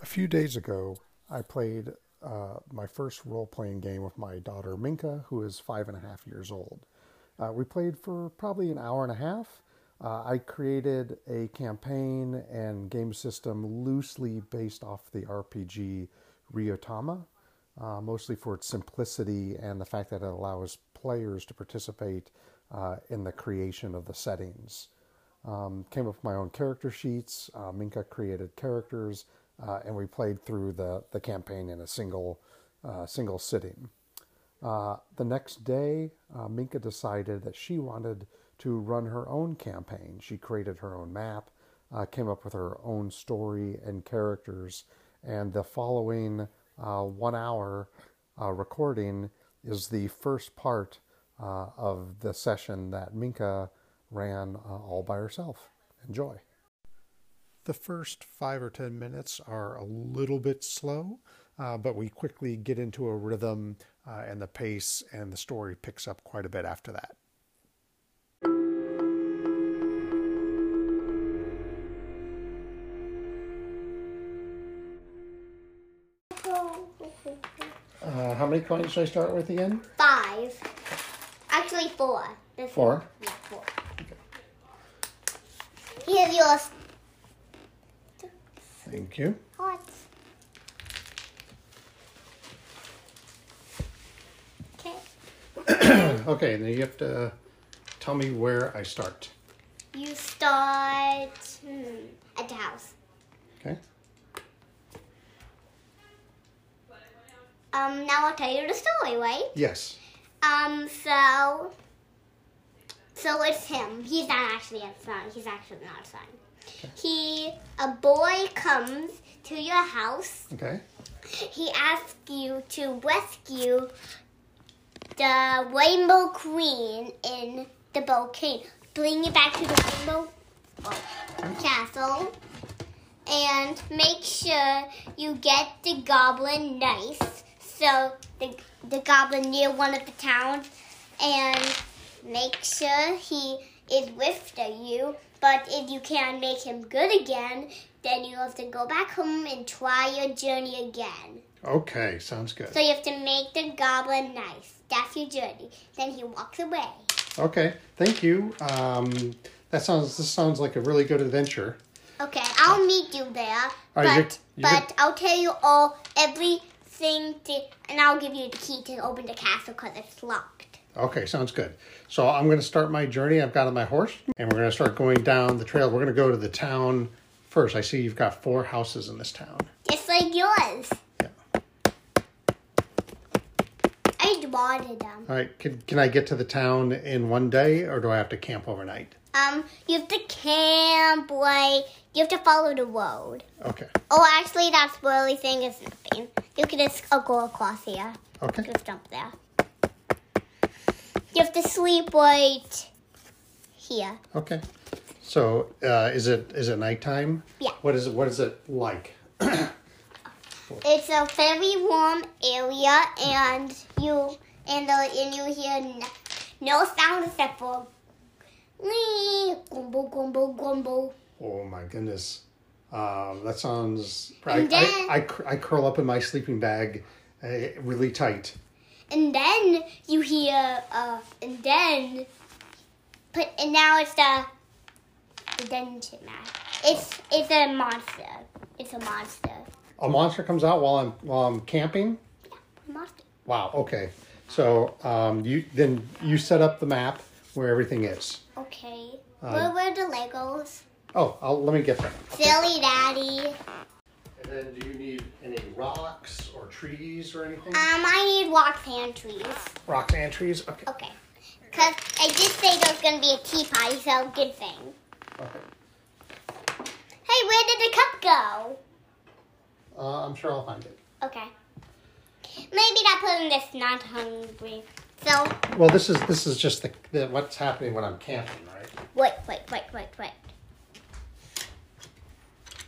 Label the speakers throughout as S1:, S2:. S1: A few days ago, I played uh, my first role playing game with my daughter Minka, who is five and a half years old. Uh, we played for probably an hour and a half. Uh, I created a campaign and game system loosely based off the RPG Ryotama, uh, mostly for its simplicity and the fact that it allows players to participate uh, in the creation of the settings. Um, came up with my own character sheets. Uh, Minka created characters, uh, and we played through the, the campaign in a single uh, single sitting. Uh, the next day, uh, Minka decided that she wanted to run her own campaign. She created her own map, uh, came up with her own story and characters, and the following uh, one hour uh, recording is the first part uh, of the session that Minka ran uh, all by herself. Enjoy. The first five or ten minutes are a little bit slow, uh, but we quickly get into a rhythm uh, and the pace, and the story picks up quite a bit after that. Uh, how many coins should I start with again?
S2: Five. Actually, four. There's
S1: Four.
S2: Yeah, four. Here's yours.
S1: Thank you.
S2: Hot. Okay.
S1: Okay, now you have to tell me where I start.
S2: You start hmm, at the house.
S1: Okay.
S2: Um, now I'll tell you the story, right?
S1: Yes.
S2: Um, so. So it's him. He's not actually a son. He's actually not a son. He, a boy comes to your house
S1: Okay.
S2: He asks you to rescue the Rainbow Queen in the volcano. Bring it back to the Rainbow Castle. And make sure you get the goblin nice. So the, the goblin near one of the towns. And make sure he is with the you. But if you can't make him good again, then you have to go back home and try your journey again.
S1: Okay, sounds good.
S2: So you have to make the goblin nice. That's your journey. Then he walks away.
S1: Okay, thank you. Um, that sounds this sounds like a really good adventure.
S2: Okay, I'll meet you there.
S1: Are
S2: but
S1: you- you-
S2: but I'll tell you all everything to, and I'll give you the key to open the castle because it's locked.
S1: Okay, sounds good. So I'm going to start my journey. I've got on my horse, and we're going to start going down the trail. We're going to go to the town first. I see you've got four houses in this town.
S2: Just like yours.
S1: Yeah.
S2: I wanted them.
S1: All right. Can can I get to the town in one day, or do I have to camp overnight?
S2: Um, you have to camp, like, you have to follow the road.
S1: Okay.
S2: Oh, actually, that's really thing is nothing. You can just uh, go across here.
S1: Okay.
S2: Just jump there. You have to sleep right here.
S1: Okay. So uh, is it is it nighttime?
S2: Yeah.
S1: What is it? What is it like?
S2: It's a very warm area, and you and uh, and you hear no, no sound except for wee gumbo gumbo gumbo.
S1: Oh my goodness. Um, that sounds. I,
S2: And then-
S1: I, I, cur- I curl up in my sleeping bag uh, really tight.
S2: And then you hear uh, and then put and now it's the the dungeon mask. It's it's a monster. It's a monster.
S1: A monster comes out while I'm while I'm camping.
S2: Monster.
S1: Wow. Okay. So um, you then you set up the map where everything is.
S2: Okay. Where were the Legos?
S1: Oh, I'll, let me get that.
S2: Silly Daddy. Um,
S1: And then do you need any rocks or trees or anything?
S2: Uh, Um, I need rock pantries.
S1: rocks and trees. Okay.
S2: Okay. Because I did say there was going to be a tea party, so good thing.
S1: Okay.
S2: Hey, where did the cup go?
S1: Uh, I'm sure I'll find it.
S2: Okay. Maybe that person that's not hungry. So,
S1: Well, this is this is just the, the what's happening when I'm camping, right?
S2: wait, wait, wait, wait, wait.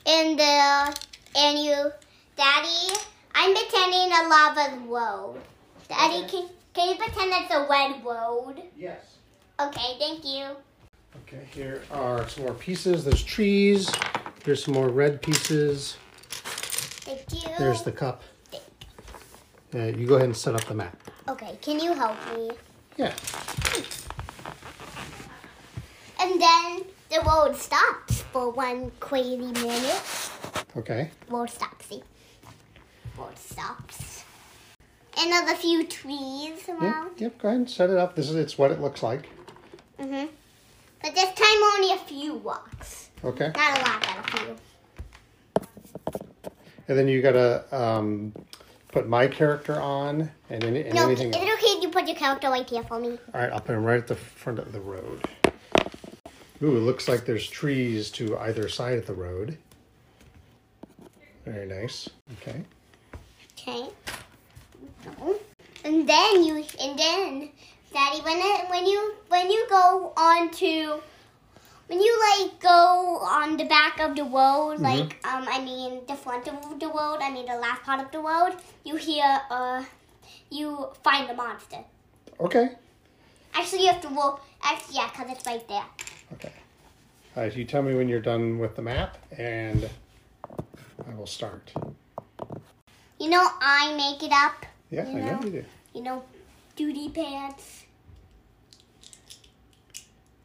S2: And, uh, and you, Daddy, I'm pretending a lava road. Daddy, can, can you pretend it's a red road?
S1: Yes.
S2: Okay, thank you.
S1: Okay, here are some more pieces. There's trees. Here's some more red pieces.
S2: Thank you.
S1: There's the cup. Uh, you go ahead and set up the map.
S2: Okay, can you help me?
S1: Yeah.
S2: And then the world stops for one crazy minute.
S1: Okay.
S2: World stops. See? World stops. Another few trees
S1: Yep.
S2: around.
S1: Yep. Go ahead and set it up. This is it's what it looks like.
S2: Mhm. But this time only a few rocks.
S1: Okay.
S2: Not a lot, but a few.
S1: And then you gotta um, put my character on and, any, and
S2: No, is
S1: anything.
S2: it
S1: Else.
S2: okay if you put your character right here for me?
S1: All right, I'll put him right at the front of the road. Ooh, it looks like there's trees to either side of the road. Very nice. Okay.
S2: Okay. No. And then you and then Daddy when it, when you when you go on to when you like go on the back of the road,
S1: Mm-hmm.
S2: like um I mean the front of the road, I mean the last part of the road, you hear uh you find the monster.
S1: Okay.
S2: Actually you have to roll actually yeah, cause it's right there.
S1: Okay. All right, you tell me when you're done with the map, and I will start.
S2: You know I make it up.
S1: Yeah, I know you do.
S2: You know, duty pants.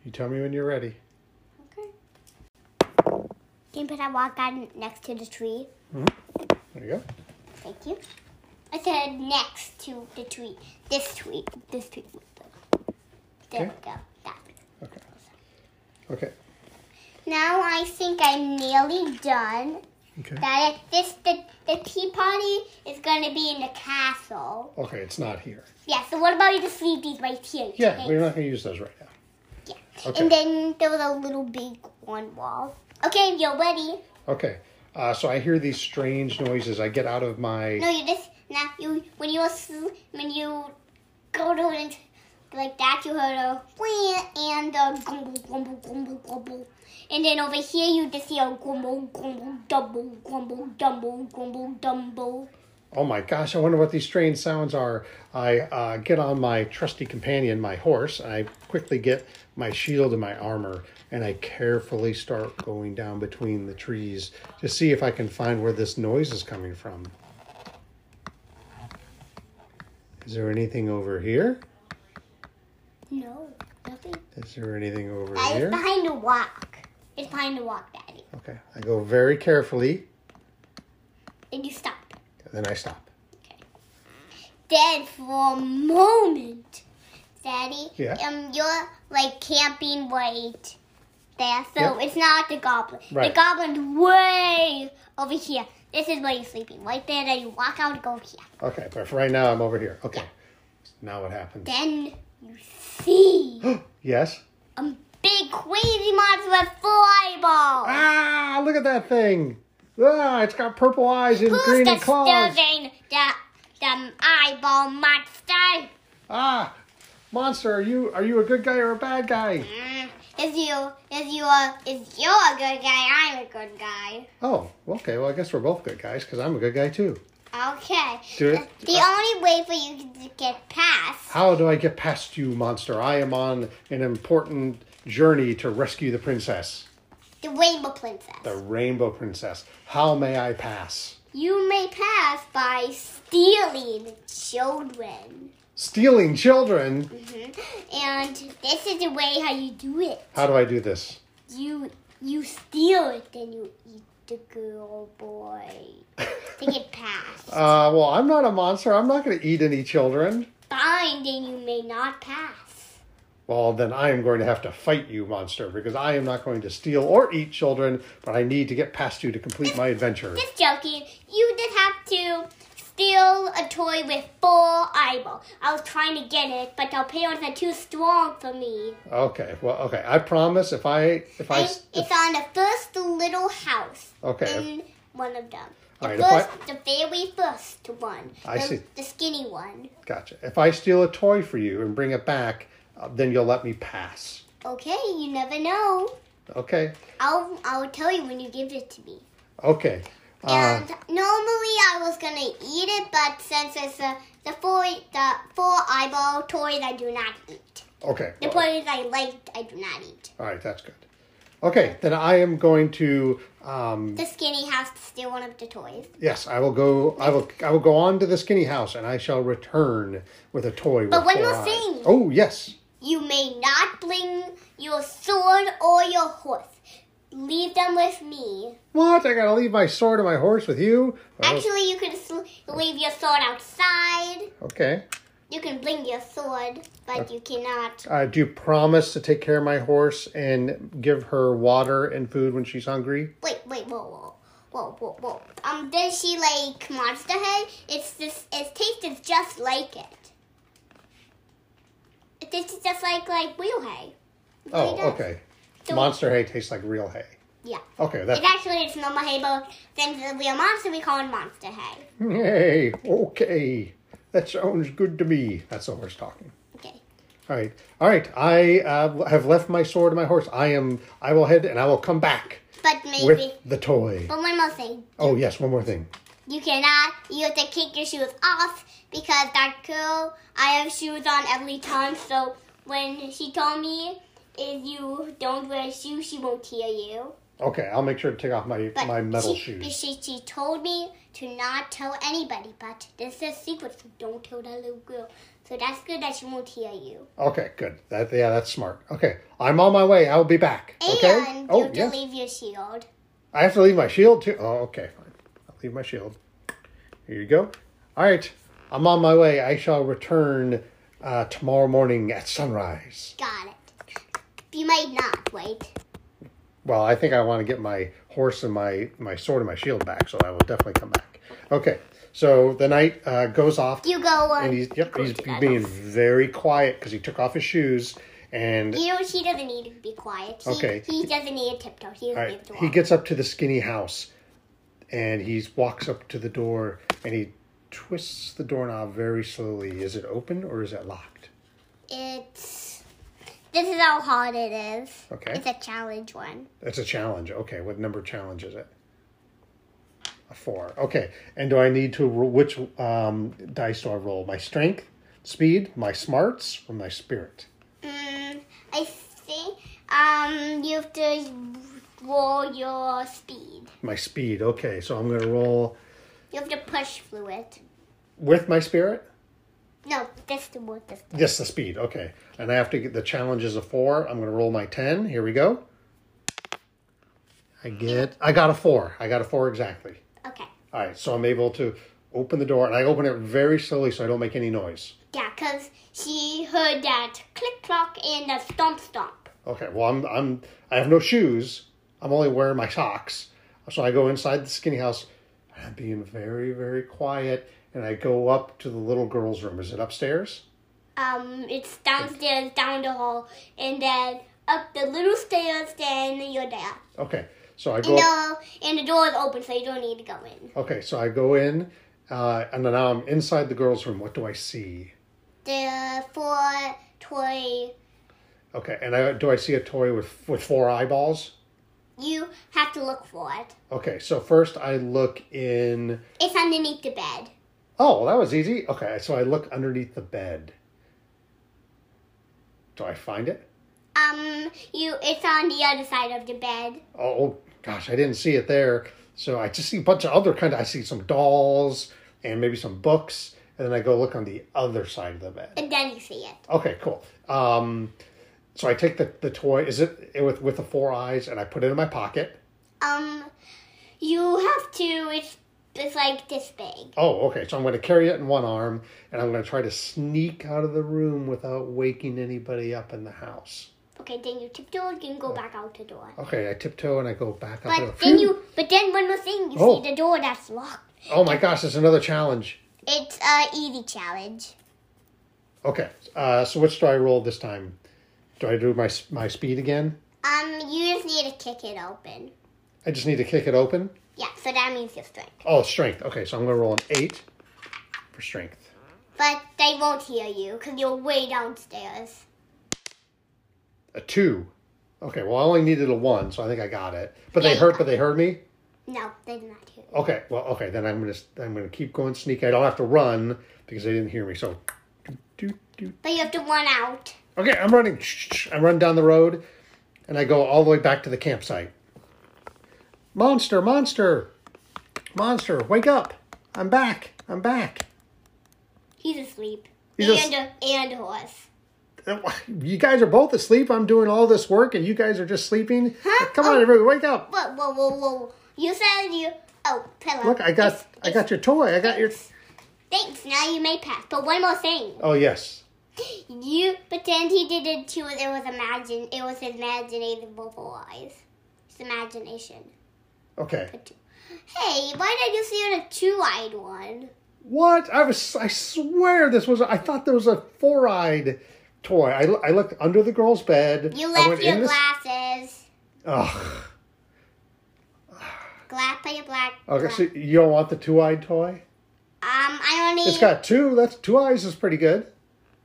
S1: You tell me when you're ready.
S2: Okay. Can you put that rock down next to the tree?
S1: There you go.
S2: Thank you. I said next to the tweet. This tweet. This tweet. There
S1: Okay.
S2: we go. That.
S1: Okay. Okay.
S2: Now I think I'm nearly done.
S1: Okay.
S2: That it, this the, the tea party is gonna be in the castle.
S1: Okay, it's not here.
S2: Yeah. So what about you just leave these right here?
S1: Yeah,
S2: okay?
S1: we're not going to use those right now.
S2: Yeah.
S1: Okay.
S2: And then there was a little big one wall. Okay, you're ready.
S1: Okay. Uh, so I hear these strange noises. I get out of my.
S2: No, you just now you when you sl- when you go to it like that, you heard a whee and a grumble grumble grumble grumble, and then over here you just hear a grumble grumble double grumble dumble grumble dumble.
S1: Oh my gosh! I wonder what these strange sounds are. I uh, get on my trusty companion, my horse, and I quickly get my shield and my armor, and I carefully start going down between the trees to see if I can find where this noise is coming from. Is there anything over here?
S2: No, nothing.
S1: Is there anything over
S2: That is
S1: here?
S2: behind the rock. It's behind the rock, Daddy.
S1: Okay. I go very carefully,
S2: And you stop.
S1: and then I stop.
S2: Then for a moment, Daddy,
S1: Yeah.
S2: um, you're like camping right there, so
S1: Yep.
S2: it's not the goblin. The
S1: Right.
S2: goblin's way over here. This is where you're sleeping, right there. Then you walk out and go here.
S1: Okay, but for right now I'm over here. Okay. Now what happens?
S2: Then you see
S1: Yes.
S2: a big crazy monster with four eyeballs.
S1: Ah, look at that thing. Ah, it's got purple eyes and
S2: Who's
S1: green and claws.
S2: disturbing the the eyeball monster?
S1: Ah, monster, are you are you a good guy or a bad guy?
S2: Mm, Is you is you a is you're a good guy? I'm a good guy.
S1: Oh, okay. Well, I guess we're both good guys because I'm a good guy too.
S2: Okay.
S1: Do it.
S2: The only way for you to get past.
S1: How do I get past you, monster? I am on an important journey to rescue the princess,
S2: The Rainbow Princess.
S1: the rainbow princess. How may I pass?
S2: you may pass by stealing children.
S1: Stealing children?
S2: And this is the way how you do it.
S1: How do I do this?
S2: You you steal it, then you eat the girl boy to get past.
S1: Uh, well, I'm not a monster. I'm not going to eat any children.
S2: Fine, then you may not pass.
S1: Well, then I am going to have to fight you, monster, because I am not going to steal or eat children, but I need to get past you to complete my adventure.
S2: Just joking. You just have to steal a toy with four eyeballs. I was trying to get it, but the parents are too strong for me.
S1: Okay, well, okay. I promise if I if I
S2: And
S1: s-
S2: it's on the first little house
S1: okay
S2: in one of them. The
S1: Alright, if I-
S2: first, the very first one.
S1: I
S2: the,
S1: see.
S2: The skinny one.
S1: gotcha. If I steal a toy for you and bring it back, uh, then you'll let me pass.
S2: Okay, you never know.
S1: Okay,
S2: I'll I'll tell you when you give it to me.
S1: okay. Uh,
S2: And normally I was gonna eat it, but since it's uh, the four the four eyeball toys, I do not eat.
S1: Uh, okay.
S2: The
S1: well,
S2: toys I liked, I do not eat.
S1: all right, that's good. Okay, then I am going to. Um,
S2: The skinny house to steal one of the toys.
S1: yes, I will go. I will. I will go on to the skinny house, and I shall return with a toy.
S2: But
S1: with four
S2: one more
S1: eyes.
S2: thing.
S1: Oh yes.
S2: You may not bring your sword or your horse. Leave them with me.
S1: What? I gotta leave my sword and my horse with you? Oh,
S2: Actually, you can sl- leave your sword outside.
S1: Oh, okay.
S2: You can bring your sword, but you cannot.
S1: Uh, do you promise to take care of my horse and give her water and food when she's hungry?
S2: Wait, wait, whoa, whoa, whoa, whoa, whoa. Um, does she like Monster Head? It's this. It tastes just like it. It tastes just like like wheel hay. It really
S1: Oh,
S2: does.
S1: okay.
S2: So-
S1: Monster hay tastes like real hay.
S2: Yeah.
S1: Okay,
S2: It
S1: that's
S2: actually it's normal hay, but then the real monster we call it Monster Hay.
S1: yay. Okay, that sounds good to me. That's the horse talking.
S2: Okay.
S1: All right, all right. I uh, have left my sword and my horse. I am. I will head and I will come back
S2: But maybe.
S1: with the toy.
S2: But one more thing.
S1: Oh yes, one more thing.
S2: You cannot. You have to kick your shoes off because that girl, I have shoes on every time. So when she told me if you don't wear shoes, she won't hear you.
S1: Okay, I'll make sure to take off my
S2: But
S1: my metal
S2: she,
S1: shoes.
S2: but She, she told me to not tell anybody, but this is a secret, so don't tell that little girl. So that's good that she won't hear you.
S1: Okay, good. That yeah, that's smart. Okay, I'm on my way. I will be back.
S2: And
S1: okay.
S2: you
S1: oh
S2: have
S1: yes,
S2: to leave your shield.
S1: I have to leave my shield too. Oh, okay, fine. I'll leave my shield. Here you go. All right, I'm on my way. I shall return uh, tomorrow morning at sunrise.
S2: Got it. You might not, wait.
S1: Well, I think I want to get my horse and my my sword and my shield back, so I will definitely come back. Okay, so the knight uh, goes off,
S2: You go, um,
S1: and he's yep,
S2: go
S1: he's
S2: to that
S1: being
S2: house.
S1: very quiet because he took off his shoes and.
S2: You know, he doesn't need to be quiet. He,
S1: Okay.
S2: He doesn't need a tiptoe. He
S1: All
S2: doesn't
S1: right.
S2: need to
S1: He
S2: walk.
S1: gets up to the skinny house, and he walks up to the door, and he twists the doorknob very slowly. Is it open or is it locked?
S2: It's. This is how hard it is.
S1: Okay.
S2: It's a challenge one.
S1: That's a challenge. Okay, what number challenge is it? A four. Okay, and do I need to roll, which um, dice do I roll? My strength, speed, my smarts, or my spirit?
S2: Mm, I think um you have to roll your speed.
S1: My speed. Okay, so I'm going to roll
S2: You have to push through it.
S1: with my spirit.
S2: No, this the word. This.
S1: Yes, the speed. Okay, and I have to get the challenge is a four. I'm gonna roll my ten. Here we go. I get. I got a four. I got a four exactly.
S2: Okay.
S1: All right, so I'm able to open the door, and I open it very slowly so I don't make any noise.
S2: Yeah, cause she heard that click clock and the stomp stomp.
S1: Okay. Well, I'm. I'm. I have no shoes. I'm only wearing my socks. So I go inside the skinny house. and I'm being very, very quiet, and I go up to the little girl's room. Is it upstairs?
S2: Um, it's downstairs, down the hall, and then up the little stairs. Then you're there.
S1: Okay. So I go.
S2: And
S1: up-
S2: the and the door is open, so you don't need to go in.
S1: Okay, so I go in, uh, and then now I'm inside the girls' room. What do I see?
S2: The four toy.
S1: Okay, and I, do I see a toy with with four eyeballs?
S2: You have to look for it.
S1: Okay, so first I look in.
S2: It's underneath the bed.
S1: Oh, well, that was easy. Okay, so I look underneath the bed. Do I find it?
S2: Um, you. It's on the other side of the bed.
S1: Oh, oh gosh, I didn't see it there. So I just see a bunch of other kind. Of, I see some dolls and maybe some books, and then I go look on the other side of the bed.
S2: And then you see it.
S1: Okay, cool. Um, so I take the, the toy. Is it with with the four eyes? And I put it in my pocket.
S2: Um, you have to. It's it's like this big.
S1: Oh, okay. So I'm going to carry it in one arm, and I'm going to try to sneak out of the room without waking anybody up in the house.
S2: Okay, then you tiptoe. You can go back out the door.
S1: Okay, I tiptoe and I go back up. and I-
S2: But then you. But then one more thing. You
S1: Oh.
S2: see the door that's locked.
S1: Oh my gosh! It's another challenge.
S2: It's a easy challenge.
S1: Okay. Uh, so which do I roll this time? Do I do my s- my speed again?
S2: Um, you just need to kick it open.
S1: I just need to kick it open.
S2: Yeah, so that means your strength.
S1: Oh, strength. Okay, so I'm going to roll an eight for strength.
S2: But they won't hear you because you're way downstairs.
S1: A two. Okay, well, I only needed a one, so I think I got it. But they
S2: Yeah, you
S1: heard, but they heard me.
S2: No, they did not hear you.
S1: Okay, well, okay, then I'm gonna I'm gonna keep going sneaky. I don't have to run because they didn't hear me. So, do, do, do.
S2: But you have to run out.
S1: okay, I'm running. Shh, shh, shh. I run down the road, and I go all the way back to the campsite. Monster, monster, monster, wake up. I'm back. I'm back.
S2: He's asleep.
S1: He's
S2: and a, and a horse.
S1: You guys are both asleep. I'm doing all this work and you guys are just sleeping. Come on, everybody, wake up.
S2: Whoa, whoa, whoa, whoa! You said you. Oh, pillow.
S1: Look, I got
S2: It's-
S1: I
S2: it's-
S1: got your toy. I got your
S2: Thanks. Now you may pass. But one more thing.
S1: Oh, yes.
S2: You pretend he did it too. It was imagine. It was his imaginable voice. His imagination.
S1: Okay.
S2: Hey, why did you see a two-eyed one?
S1: What? I was I swear this was I thought there was a four-eyed toy. I, I looked under the girl's bed.
S2: You
S1: I
S2: left your glasses.
S1: Ugh.
S2: Glass by your black.
S1: Okay,
S2: glass.
S1: so you don't want the two-eyed toy?
S2: um, I don't need.
S1: It's got two. That's two eyes is pretty good.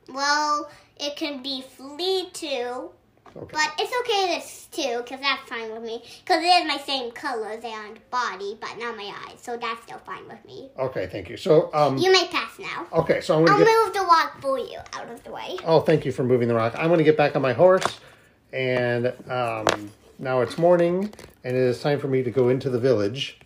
S2: Well, it can be flea too.
S1: Okay.
S2: But it's okay that it's two, because that's fine with me. Because it is my same colors and body, but not my eyes, so that's still fine with me.
S1: Okay, thank you. So um
S2: You may pass now.
S1: okay, so I'm
S2: I'll
S1: going to get
S2: move the rock for you out of the way.
S1: Oh, thank you for moving the rock. I'm going to get back on my horse and um now it's morning and it is time for me to go into the village.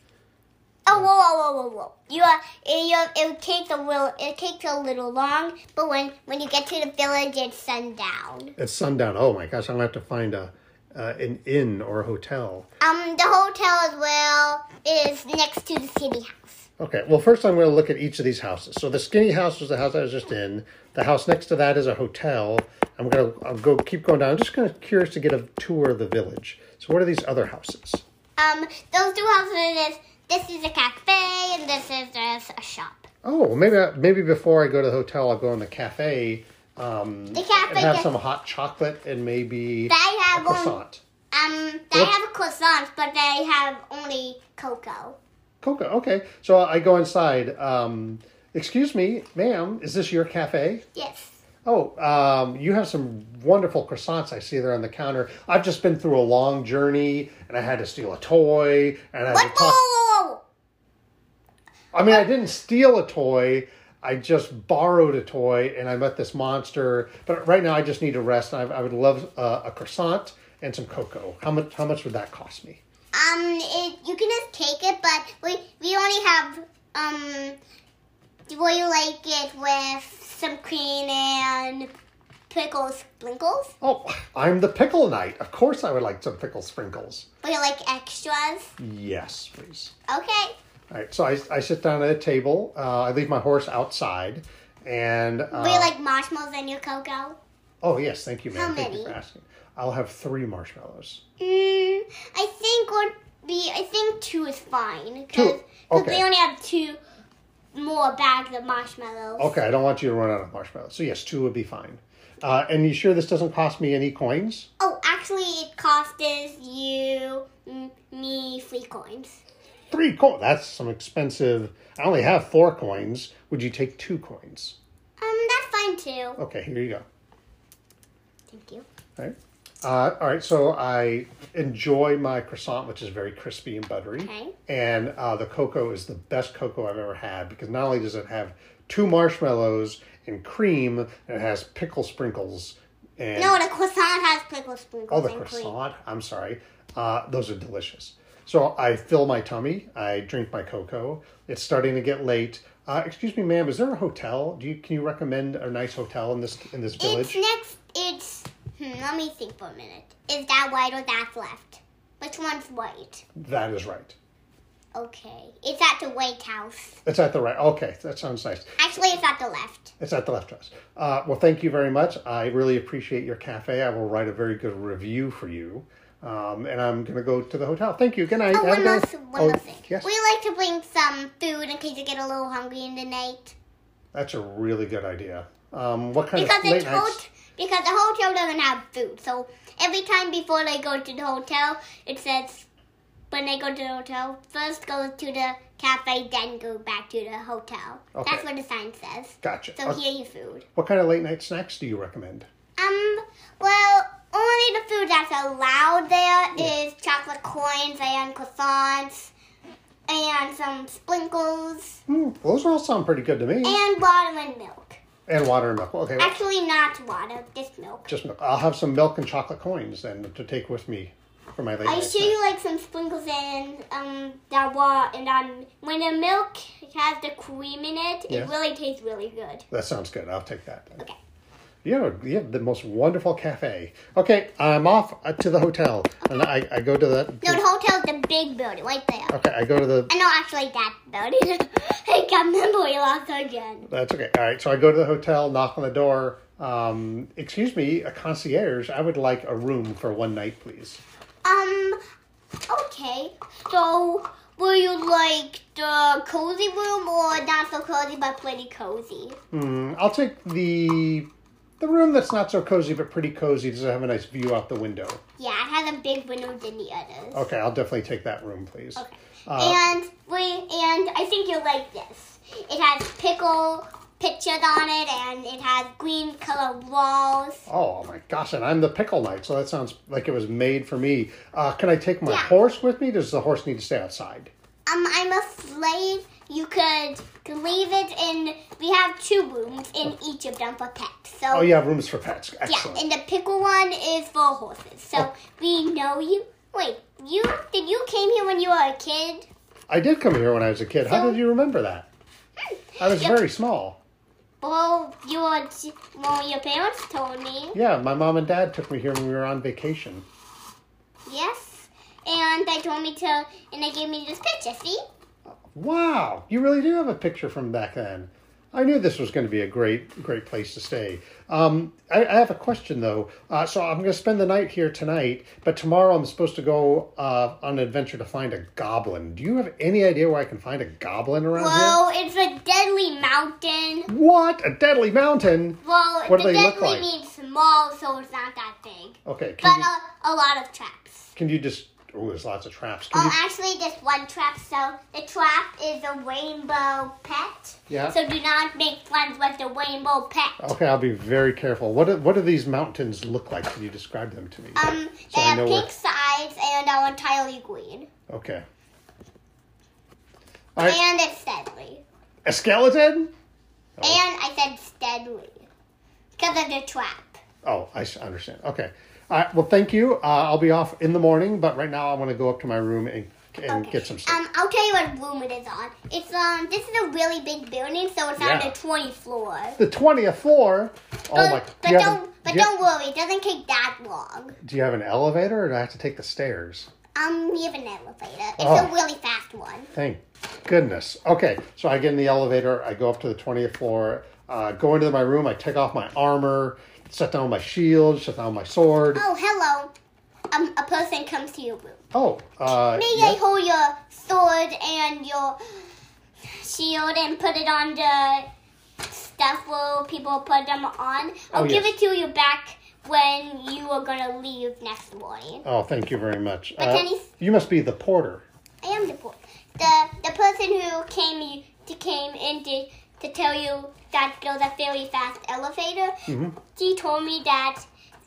S2: Oh, whoa, whoa, whoa, whoa, whoa. You, uh, it, you, it takes a little, it takes a little long, but when, when you get to the village, it's sundown.
S1: It's sundown. Oh my gosh, I'm going to have to find a uh, an inn or a hotel.
S2: Um, the hotel as well is next to the city house.
S1: Okay, well, first I'm going to look at each of these houses. So the skinny house was the house I was just in. The house next to that is a hotel. I'm going to I'll go keep going down. I'm just kind of curious to get a tour of the village. So what are these other houses?
S2: Um, those two houses is, this is a cafe, and this is just a shop.
S1: Oh, well, maybe I, maybe before I go to the hotel, I'll go in the cafe um,
S2: The
S1: and
S2: cafe
S1: have
S2: just-
S1: some hot chocolate and maybe
S2: They
S1: a
S2: have on,
S1: croissant.
S2: um they
S1: What?
S2: have croissants, but they have only cocoa.
S1: Coca. Okay, so I go inside. Um, excuse me, ma'am, is this your cafe?
S2: Yes.
S1: Oh, um, you have some wonderful croissants I see there on the counter. I've just been through a long journey, and I had to steal a toy, and I had
S2: What?
S1: to talk.
S2: Oh,
S1: I mean, I didn't steal a toy. I just borrowed a toy, and I met this monster. But right now, I just need to rest. I, I would love uh, a croissant and some cocoa. How much? How much would that cost me?
S2: um, it, you can just take it, but we we only have um. Will you like it with some cream and pickle sprinkles?
S1: Oh, I'm the pickle knight. Of course, I would like some pickle sprinkles.
S2: Will you like extras?
S1: Yes, please.
S2: Okay.
S1: All right. So I, I sit down at a table. Uh, I leave my horse outside, and uh,
S2: Will you like marshmallows in your cocoa?
S1: Oh yes, thank you, ma'am.
S2: How
S1: Thank you
S2: many?
S1: for asking. I'll have three marshmallows.
S2: Mm, I think would be. I think two is fine because
S1: Two, okay.
S2: they only have two more bags of marshmallows.
S1: Okay, I don't want you to run out of marshmallows. So yes, two would be fine. Uh, and you sure this doesn't cost me any coins?
S2: Oh, actually, it costs you mm, me three coins.
S1: Three coins. That's some expensive. I only have four coins. Would you take two coins?
S2: Um, that's fine too.
S1: Okay, here you go.
S2: Thank you.
S1: All right. Uh, all right. So I enjoy my croissant, which is very crispy and buttery.
S2: Okay.
S1: And uh, the cocoa is the best cocoa I've ever had because not only does it have two marshmallows and cream, and it has pickle sprinkles. And
S2: No, the croissant has pickle
S1: Oh,
S2: sprinkles
S1: the
S2: and cream.
S1: croissant. I'm sorry. Uh, those are delicious. So I fill my tummy. I drink my cocoa. It's starting to get late. Uh, excuse me, ma'am. Is there a hotel? Do you can you recommend a nice hotel in this in this
S2: It's
S1: village?
S2: next. It's. Hmm, let me think for a minute. Is that white or that's left? Which one's white?
S1: That is right.
S2: Okay. It's at the White House.
S1: It's at the right. Okay, that sounds nice.
S2: Actually, it's at the left.
S1: It's at the left house. Uh, well, thank you very much. I really appreciate your cafe. I will write a very good review for you. Um, and I'm gonna go to the hotel. Thank you. Good night.
S2: Oh,
S1: Have
S2: one
S1: a
S2: more,
S1: good-
S2: s- one
S1: Oh,
S2: more thing.
S1: Yes,
S2: We like to bring some food in case you get a little hungry in the night.
S1: that's a really good idea. Um, what kind
S2: Because
S1: of
S2: it's
S1: late nights?
S2: hot, because the hotel doesn't have food. So every time before they go to the hotel, it says when they go to the hotel, first go to the cafe, then go back to the hotel.
S1: Okay.
S2: That's what the sign says.
S1: Gotcha.
S2: So
S1: Okay.
S2: here your food.
S1: What kind of late night snacks do you recommend?
S2: Um, well, only the food that's allowed there is chocolate coins and croissants and some sprinkles.
S1: Hmm, those all sound pretty good to me.
S2: and water and milk.
S1: And water and milk. Okay.
S2: Actually, not water, just milk.
S1: Just milk. I'll have some milk and chocolate coins then to take with me for my late
S2: I
S1: night
S2: show
S1: snack.
S2: you like some sprinkles and um that water and um when the milk has the cream in it,
S1: Yes.
S2: it really tastes really good.
S1: That sounds good. I'll take that.
S2: Okay.
S1: You have, you have the most wonderful cafe. Okay, I'm off uh, to the hotel, and I, I go to the.
S2: No, the hotel's the big building right there.
S1: okay, I go to the.
S2: And no, actually that building. I can't remember we lost again.
S1: That's okay. All right, so I go to the hotel, knock on the door. Um, excuse me, a concierge. I would like a room for one night, please.
S2: Um. Okay. So, will you like the cozy room or not so cozy but pretty cozy?
S1: Hmm, I'll take the the room that's not so cozy but pretty cozy. Does it have a nice view out the window?
S2: Yeah, it has a big window than the others.
S1: Okay, I'll definitely take that room, please.
S2: Okay.
S1: Uh,
S2: and we and I think you'll like this. It has pickle pictures on it, and it has green color walls.
S1: oh my gosh, and I'm the pickle knight, so that sounds like it was made for me. Uh, can I take my
S2: Yeah.
S1: horse with me? Does the horse need to stay outside?
S2: Um, I'm afraid you could leave it in. We have two rooms in each of them for pets. So
S1: Oh, you have rooms for pets.
S2: yeah,
S1: Excellent.
S2: and the pickle one is for horses. So
S1: Oh.
S2: we know you. Wait, you did you came here when you were a kid?
S1: I did come here when I was a kid. How
S2: So-
S1: did you remember that? I was
S2: Yep.
S1: very small.
S2: Hmm. Well, you were, well, your parents told me.
S1: Yeah, my mom and dad took me here when we were on vacation.
S2: Yes. And they told me to, and they gave me this picture, see?
S1: Wow, you really do have a picture from back then. I knew this was going to be a great, great place to stay. Um, I, I have a question though. Uh, so I'm going to spend the night here tonight, but tomorrow I'm supposed to go uh, on an adventure to find a goblin. Do you have any idea where I can find a goblin around
S2: Well, it's a deadly mountain.
S1: here? What? A deadly mountain?
S2: Well,
S1: What do
S2: the
S1: they look
S2: deadly
S1: like?
S2: means small, so it's not that big.
S1: Okay,
S2: But uh,
S1: can you,
S2: a, a lot of traps.
S1: can you just? Oh, there's lots of traps. Can
S2: Oh,
S1: you,
S2: actually, just one trap. So the trap is a rainbow pet.
S1: Yeah. Oh.
S2: So do not make friends with the rainbow pet.
S1: Okay, I'll be very careful. What do, what do these mountains look like? Can you describe them to me?
S2: Um,
S1: So
S2: they
S1: I know
S2: have
S1: where-
S2: pink sides and are entirely green.
S1: Okay. All right,
S2: And it's deadly.
S1: a skeleton? Oh.
S2: And I said deadly because of the trap.
S1: Oh, I s- understand. Okay. All right, well, thank you. Uh, I'll be off in the morning, but right now I want to go up to my room and, and
S2: Okay.
S1: get some sleep.
S2: Um, I'll tell you what room it is on. It's um, this is a really big building, so it's
S1: Yeah.
S2: on the 20th floor.
S1: the 20th floor? Oh, my.
S2: But, but
S1: do, you have an-
S2: don't, but
S1: do, you,
S2: don't worry, it doesn't take that long.
S1: do you have an elevator or do I have to take the stairs?
S2: Um, we have an elevator. It's
S1: Oh.
S2: a really fast one.
S1: Thank goodness. Okay, so I get in the elevator. I go up to the 20th floor, uh, go into my room. I take off my armor, set down my shield, set down my sword.
S2: Oh, hello. Um, a person comes to your room.
S1: Oh, uh,
S2: May I
S1: yes.
S2: hold your sword and your shield and put it on the stuff where people put them on? I'll
S1: Oh,
S2: give
S1: yes.
S2: it to you back when you are gonna leave next morning.
S1: Oh, thank you very much.
S2: But
S1: Uh,
S2: can you-
S1: you must be the porter.
S2: I am the poor. The the person who came to came in to, to tell you that there's a very fast elevator.
S1: Mm-hmm.
S2: She told me that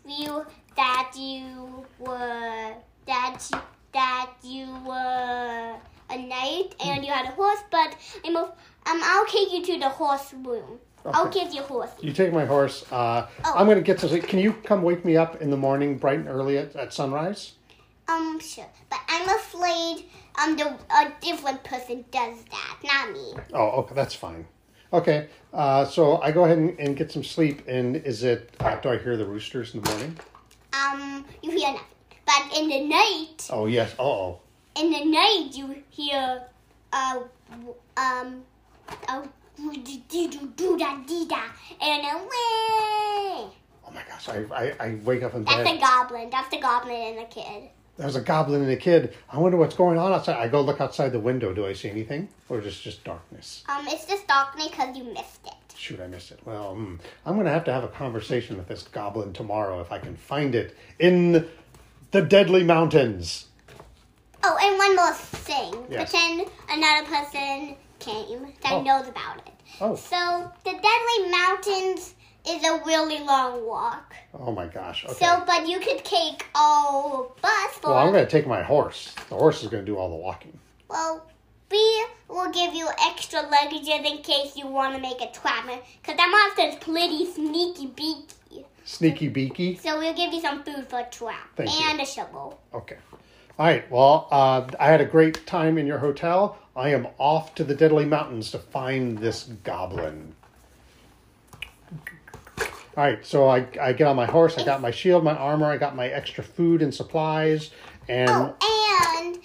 S2: you that you were that you, that you were a knight
S1: Mm-hmm.
S2: and you had a horse, but I'm a, um I'll take you to the horse room. I'll
S1: Okay.
S2: give you horse.
S1: You take my horse. Uh,
S2: Oh.
S1: I'm going to get to sleep. Can you come wake me up in the morning, bright and early at, at sunrise?
S2: Um sure, but I'm afraid um the a different person does that, not me.
S1: Oh, okay, that's fine. Okay, uh, so I go ahead and, and get some sleep. And is it? Uh, do I hear the roosters in the morning?
S2: Um you hear nothing. But in the night,
S1: Oh yes. Oh,
S2: in the night you hear uh w- um a do do da dee da and away.
S1: oh my gosh! I, I, I wake up in
S2: That's
S1: bed.
S2: a goblin. That's the goblin and the kid.
S1: There's a goblin and a kid. I wonder what's going on outside. I go look outside the window. Do I see anything, or is it just darkness?
S2: Um, it's just darkness because you missed it.
S1: Shoot, I missed it. Well, hmm, I'm going to have to have a conversation with this goblin tomorrow if I can find it in the Deadly Mountains.
S2: Oh, and one more thing.
S1: Yes.
S2: Pretend another person came that
S1: Oh.
S2: knows about it.
S1: Oh.
S2: So the Deadly Mountains is a really long walk.
S1: Oh my gosh. Okay.
S2: So, but you could take a bus for
S1: well, I'm going to take my horse. The horse is going to do all the walking.
S2: Well, we will give you ex- extra luggage just in case you want to make a trap. Because that monster's pretty sneaky beaky.
S1: Sneaky beaky.
S2: So we'll give you some food for a trap
S1: Thank you.
S2: and a shovel.
S1: Okay. All right. Well, uh, I had a great time in your hotel. I am off to the Deadly Mountains to find this goblin. All right. So I, I get on my horse. I got my shield, my armor. I got my extra food and supplies. And
S2: Oh, and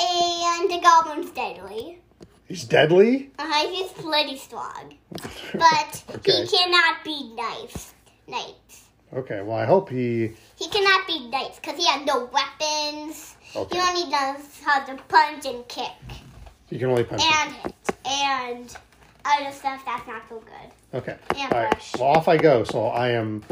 S2: and the goblin's deadly.
S1: he's deadly.
S2: Uh, he's pretty strong, but
S1: Okay.
S2: he cannot be knives. Knights.
S1: Okay. Well, I hope he.
S2: He cannot be knights because he has no weapons.
S1: Okay.
S2: He only knows how to punch and kick
S1: You can only punch. him.
S2: and and other stuff that's not so good.
S1: Okay.
S2: Yeah,
S1: All right.
S2: brush.
S1: Well, off I go. So I am,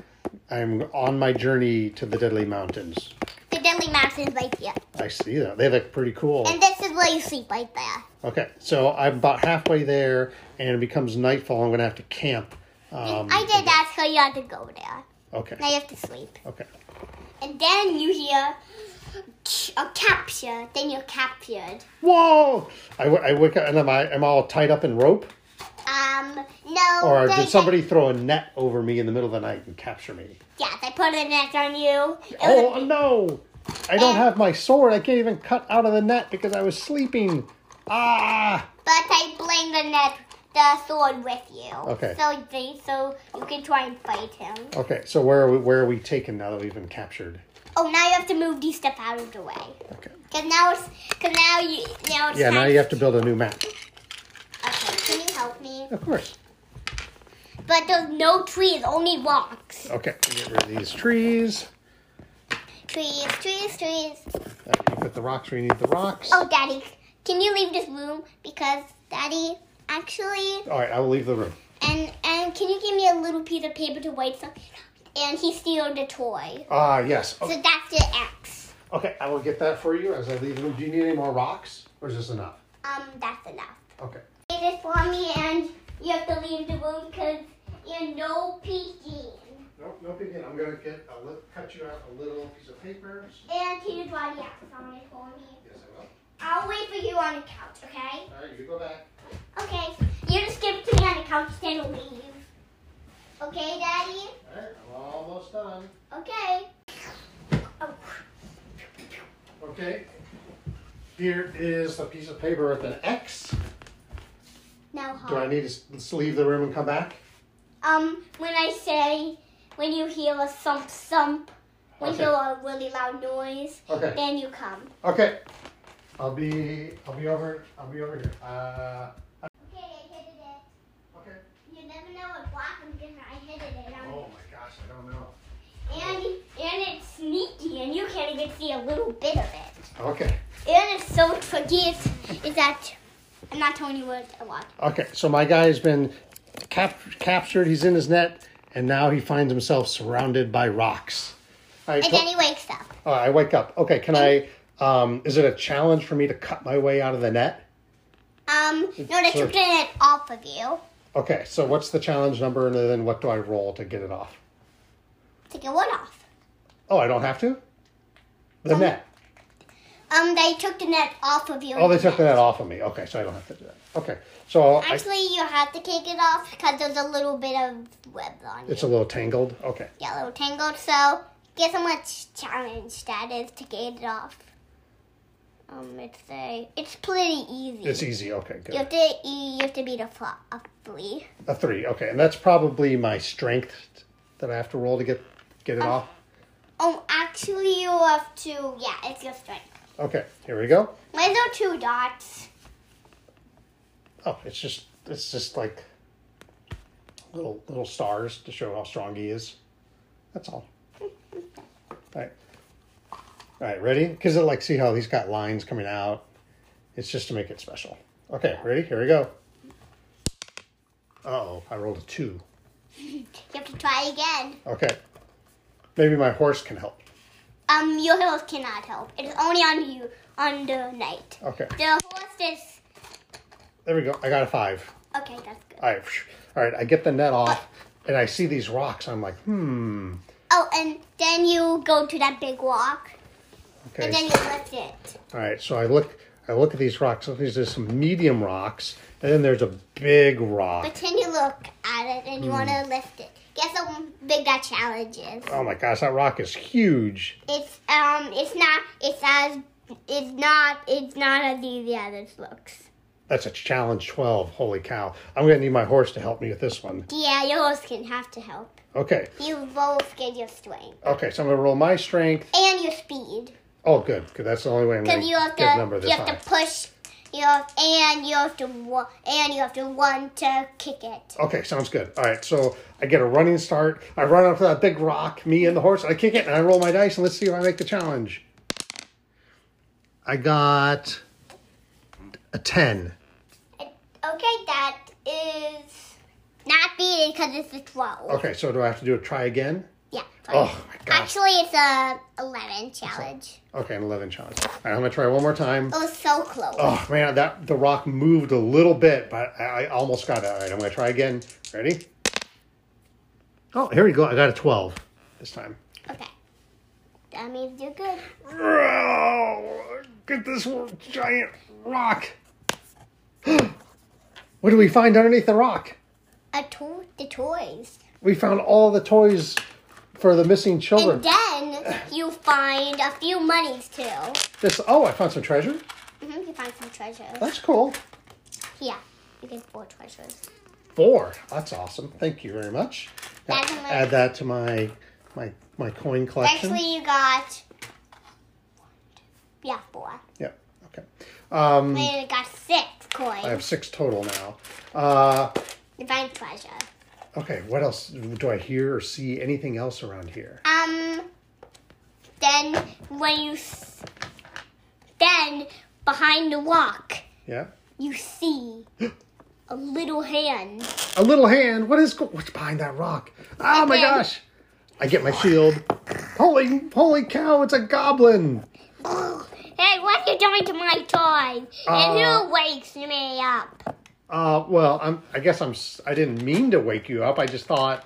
S1: I am on my journey to the Deadly Mountains.
S2: The deadly mountains right here,
S1: I see that they look pretty cool.
S2: and this is where you sleep right there.
S1: Okay, so I'm about halfway there, and it becomes nightfall. I'm gonna have to camp. Um,
S2: I did ask her you had to go there. Now
S1: okay,
S2: you have to sleep.
S1: okay,
S2: And then you hear a capture. Then you're captured.
S1: whoa! I, w- I wake up and I'm I, am all tied up in rope,
S2: Um, no.
S1: or
S2: they-
S1: did somebody throw a net over me in the middle of the night and capture me?
S2: Yeah, they put a net on you. It was-
S1: Oh no! I don't have my sword. I can't even cut out of the net because I was sleeping. Ah!
S2: But I blame the net, the sword with you.
S1: Okay.
S2: So they, so you can try and fight him.
S1: Okay, so where are we, where are we taken now that we've been captured?
S2: Oh, now you have to move these stuff out of the way.
S1: Okay.
S2: Cause now it's, cause now you, now it's
S1: Yeah,
S2: time.
S1: now you have to build a new map.
S2: Okay, can you help me?
S1: Of course.
S2: But there's no trees, only rocks.
S1: Okay, get rid of these trees.
S2: Trees, trees, trees.
S1: Uh, you put the rocks where you need the rocks.
S2: Oh, Daddy, can you leave this room? Because Daddy, actually,
S1: All right, I will leave the room.
S2: and and can you give me a little piece of paper to write something? And he stole the toy.
S1: Ah, yes.
S2: So
S1: Okay.
S2: that's the X.
S1: okay, I will get that for you as I leave the room. Do you need any more rocks, or is this enough?
S2: Um, that's enough.
S1: Okay.
S2: It is for me, and you have to leave the room because you're no peeking.
S1: Nope, no big deal. I'm gonna get a li- cut you out a little piece of paper.
S2: And can you draw the X on it for me?
S1: Yes, I will.
S2: I'll wait for you on the couch, okay?
S1: All right, you go back.
S2: Okay. You just give it to me on the couch, then leave. Okay, Daddy?
S1: All right, I'm almost done.
S2: Okay. Oh,
S1: Okay. Here is the piece of paper with an X.
S2: now
S1: Do I
S2: hard.
S1: need to s- s- leave the room and come back?
S2: Um, when I say, when you hear a thump thump, when
S1: Okay.
S2: you hear a really loud noise,
S1: Okay.
S2: then you come.
S1: Okay. I'll be. I'll be over. I'll be over here. Uh.
S2: Okay, I hit it.
S1: Okay.
S2: You never know what block I'm gonna, I hit it. And I'm
S1: Oh my gosh, I don't know. Oh.
S2: And, and it's sneaky, and you can't even see a little bit of it.
S1: Okay.
S2: And it's so tricky. It's, it's that I'm not telling you what a lot.
S1: Okay, so my guy has been cap- captured. He's in his net, and now he finds himself surrounded by rocks. I,
S2: And then he wakes up.
S1: uh, I wake up. Okay, can I? Um, is it a challenge for me to cut my way out of the net?
S2: Um, no, they
S1: sort
S2: took
S1: of-
S2: it off of you.
S1: Okay, so what's the challenge number, and then what do I roll to get it off?
S2: Took your wood off.
S1: Oh, I don't have to. The net.
S2: Um, they took the net off of you.
S1: Oh, they took the net off of me. Okay, so I don't have to do that. Okay, so I,
S2: Actually, you have to take it off because there's a little bit of web on it.
S1: it's a little tangled. Okay,
S2: Yeah, a little tangled. So, guess how much challenge that is to get it off. Um, it's a, it's pretty easy.
S1: it's easy. Okay,
S2: You
S1: good.
S2: have to you have to beat a flop a flea.
S1: A three. Okay, and that's probably my strength that I have to roll to get get it off.
S2: Oh, actually, you have to. Yeah, it's your strength.
S1: Okay, here we go.
S2: Why there two dots?
S1: Oh, it's just it's just like little little stars to show how strong he is. That's all. all right. All right, ready? Because it like see how he's got lines coming out. It's just to make it special. Okay, ready? Here we go. Oh, I rolled a two.
S2: You have to try again.
S1: Okay, maybe my horse can help.
S2: Um, your horse cannot help. It's only on you on the night.
S1: Okay,
S2: The horse is
S1: there we go. I got a five.
S2: okay. That's good.
S1: All right, phew. all right. I get the net off, and I see these rocks. I'm like, hmm.
S2: Oh, and then you go to that big rock,
S1: Okay.
S2: and then you lift it.
S1: All right, so I look, I look at these rocks. Look, There's some medium rocks, and then there's a big rock.
S2: But then you look at it and you want to lift it. Guess how big that challenge is?
S1: Oh my gosh, that rock is huge.
S2: It's um, it's not, it's as, it's not, it's not as easy as it looks.
S1: That's a challenge 12. Holy cow. I'm going to need my horse to help me with this one.
S2: Yeah, you both can have to help.
S1: Okay.
S2: You both get your strength
S1: Okay, so I'm going to roll my strength.
S2: and your speed.
S1: Oh, good, because that's the only way I'm going
S2: Because you
S1: to
S2: have
S1: get a number
S2: to, you
S1: this
S2: have
S1: high.
S2: to push, you have, and you have to, wa- and you have to want to kick it.
S1: Okay, sounds good. All right, so I get a running start. I run up to that big rock, me and the horse. I kick it, and I roll my dice, and let's see if I make the challenge. I got a 10.
S2: Okay, that is not beating because it's a 12.
S1: Okay, so do I have to do a try again?
S2: Yeah.
S1: Oh, my gosh.
S2: Actually, it's a 11 challenge.
S1: Okay, an 11 challenge. All right, I'm going to try one more time.
S2: It was so close.
S1: Oh man, that the rock moved a little bit, but I, I almost got it. All right, I'm gonna try again. Ready? Oh, here we go. I got a 12 this time.
S2: Okay. That means you're good.
S1: Oh, Get this giant rock. what did we find underneath the rock?
S2: A to- the toys.
S1: We found all the toys for the missing children.
S2: And then you find a few monies too.
S1: this oh, I found some treasure.
S2: hmm you find some treasures.
S1: That's cool.
S2: Yeah, you get four treasures.
S1: Four. That's awesome. Thank you very much. Now,
S2: That's amazing.
S1: Add that to my my my coin collection.
S2: Actually, you got. Yeah, four.
S1: Yeah. Okay. Um,
S2: And you got six coins.
S1: I have six total now. Uh,
S2: You find treasure.
S1: okay. What else do I hear or see? Anything else around here?
S2: Um. Then when you. s- Then behind the rock,
S1: Yeah.
S2: you see a little hand.
S1: A little hand. What is go- what's behind that rock? Oh my
S2: Again.
S1: gosh! I get my shield. Holy holy cow! It's a goblin.
S2: Hey, what you doing to my toy? and
S1: Uh.
S2: who wakes me up?
S1: Uh, well, I'm. I guess I'm. s- I didn't mean to wake you up. I just thought.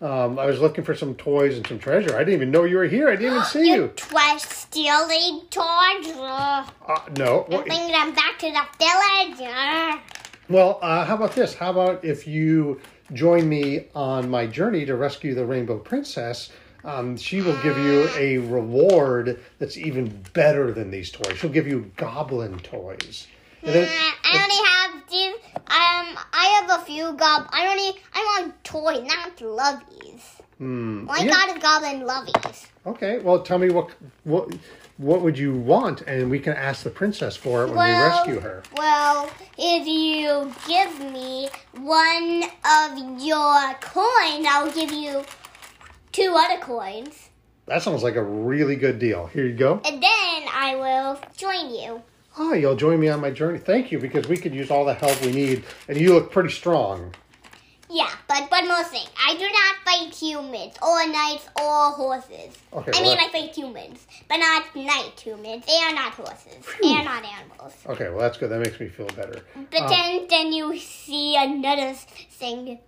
S1: Um, I was looking for some toys and some treasure. I didn't even know you were here. I didn't even see you.
S2: Trash stealing toys. Ugh.
S1: Uh, no.
S2: I'm bringing them back to the village. Ugh.
S1: Well, uh, how about this? How about if you join me on my journey to rescue the Rainbow Princess? Um, she will give you a reward that's even better than these toys. She'll give you goblin toys. And then-
S2: Uh, I only have these. Um, I have a few gob. I only I want toys, not lovies.
S1: Hmm,
S2: Well, I
S1: yeah,
S2: got a goblin lovies.
S1: Okay. Well, tell me what what what would you want, and we can ask the princess for it when we
S2: Well-
S1: rescue her.
S2: Well, if you give me one of your coins, I'll give you two other coins,
S1: That sounds like a really good deal. Here you go.
S2: and then I will join you.
S1: Ah, you'll join me on my journey. Thank you, because we could use all the help we need, and you look pretty strong.
S2: Yeah, but one more thing. I do not fight humans or knights or horses.
S1: Okay, well,
S2: I mean,
S1: that-
S2: I fight humans, but not knight humans. They are not horses. They are not animals.
S1: Okay, well that's good. That makes me feel better.
S2: But then, then you see another s- thing.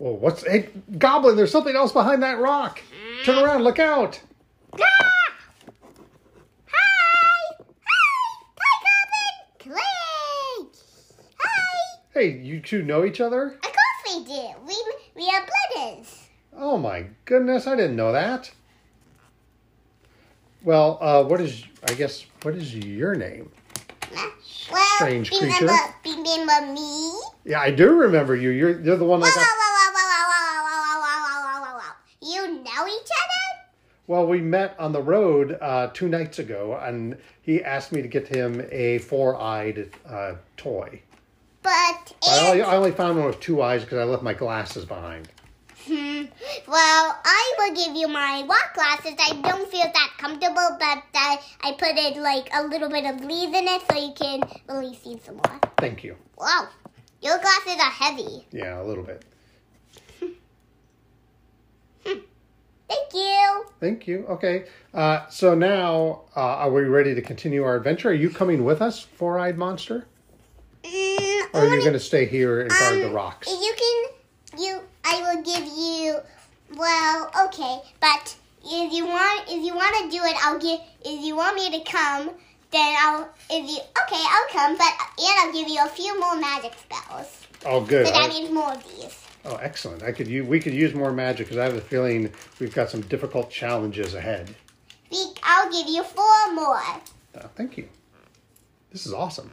S1: Well, what's hey goblin? There's something else behind that rock. Turn around, look out!
S2: Ah! Hi! Hi! Play Goblin! Play! Hi!
S1: Hey, you two know each other?
S2: Of course we do. We, we are brothers.
S1: Oh my goodness, I didn't know that. Well, uh, what is? I guess what is your name?
S2: Well,
S1: Strange
S2: remember,
S1: creature.
S2: remember me?
S1: Yeah, I do remember you. You're you're the one
S2: Wow,
S1: that
S2: wow, wow,
S1: got.
S2: wow, wow, wow, wow, wow, wow, wow, wow, wow, wow. You know each other?
S1: Well, we met on the road uh, two nights ago, and he asked me to get him a four-eyed uh, toy.
S2: But,
S1: I
S2: and,
S1: only, I only found one with two eyes because I left my glasses behind.
S2: hmm, well, I will give you my rock glasses. I don't feel that comfortable, but I, I put in like a little bit of leaves in it so you can really see some more.
S1: Thank you.
S2: Wow, your glasses are heavy.
S1: Yeah, a little bit.
S2: Thank you.
S1: Thank you. Okay. Uh, so now, uh, are we ready to continue our adventure? Are you coming with us, Four Eyed Monster?
S2: Mm,
S1: Or are you
S2: only-
S1: going to stay here and guard the
S2: um,
S1: rocks?
S2: You can, you. I will give you. Well, okay, but if you want, if you want to do it, I'll give. If you want me to come, then I'll if you okay, I'll come, but and I'll give you a few more magic spells.
S1: Oh, good.
S2: So that
S1: I-
S2: means more of these.
S1: oh, excellent. I could. u- We could use more magic because I have a feeling we've got some difficult challenges ahead.
S2: We, I'll give you four more.
S1: Uh, thank you. This is awesome.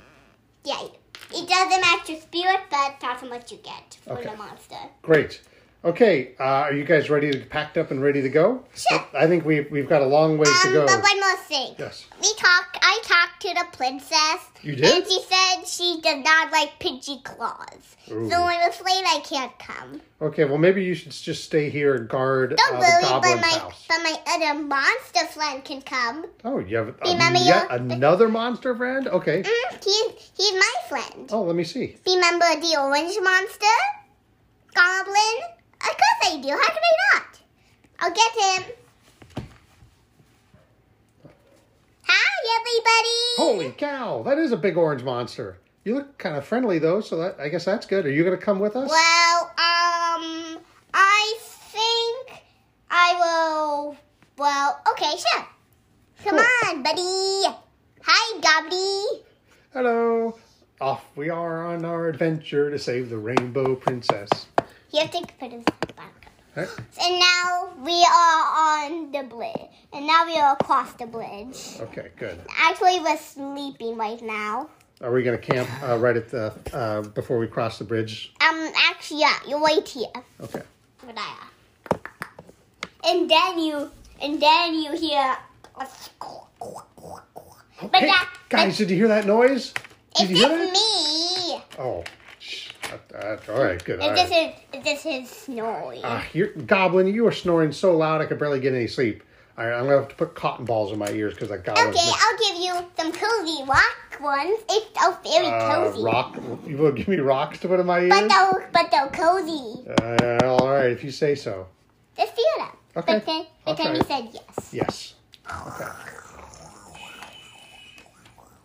S2: Yeah, it doesn't match your spirit, but that's how much you get for
S1: Okay.
S2: the monster.
S1: Great. Okay, uh, are you guys ready to packed up and ready to go?
S2: Sure.
S1: I think we we've got a long ways to
S2: Um,
S1: go.
S2: but one more thing.
S1: Yes.
S2: We talked. I talked to the princess.
S1: You did?
S2: And she said she does not like pinchy claws.
S1: Ooh.
S2: So I'm afraid I can't come.
S1: Okay, well maybe you should just stay here and guard
S2: Don't
S1: uh, the
S2: worry, but
S1: goblin's
S2: my
S1: house.
S2: but my other monster friend can come.
S1: Oh, you have a,
S2: Remember
S1: yet
S2: your-
S1: another monster friend? Okay.
S2: Mm, he's he's my friend.
S1: Oh, let me see.
S2: Remember the orange monster, goblin? Of course I do. How could I not? I'll get him. Hi everybody.
S1: Holy cow, that is a big orange monster. You look kind of friendly though, so that I guess that's good. Are you going to come with us?
S2: Well, um, I think I will. Well, okay, sure. Come on, buddy. Hi, Gobby.
S1: Hello. Off we are on our adventure to save the rainbow princess.
S2: You have to put his back.
S1: Huh?
S2: And now we are on the bridge. And now we are across the bridge.
S1: Okay, good.
S2: Actually, we're sleeping right now.
S1: Are we going to camp uh, right at the uh, before we cross the bridge?
S2: Um, actually, yeah, you're right here.
S1: Okay.
S2: But I- And then you, and then you hear a squawk, squawk, squawk, squawk. But
S1: Hey,
S2: that,
S1: guys, did you hear that noise?
S2: but
S1: Did you
S2: is
S1: hear
S2: this
S1: that?
S2: me?
S1: Oh, shh. Uh, uh, all right, good. All
S2: Is this
S1: right.
S2: is is this is snoring?
S1: Ah, you're, Goblin, you were snoring so loud I could barely get any sleep. All right, I'm going to have to put cotton balls in my ears because I got
S2: okay, I'll give you some cozy rock ones. It's oh very
S1: uh,
S2: cozy.
S1: rock. You will give me rocks to put in my ears?
S2: But they're but they're cozy.
S1: Uh, all right, if you say so.
S2: Let's do that.
S1: Okay,
S2: But then
S1: I'll
S2: but then
S1: try
S2: he
S1: it.
S2: said yes.
S1: Yes.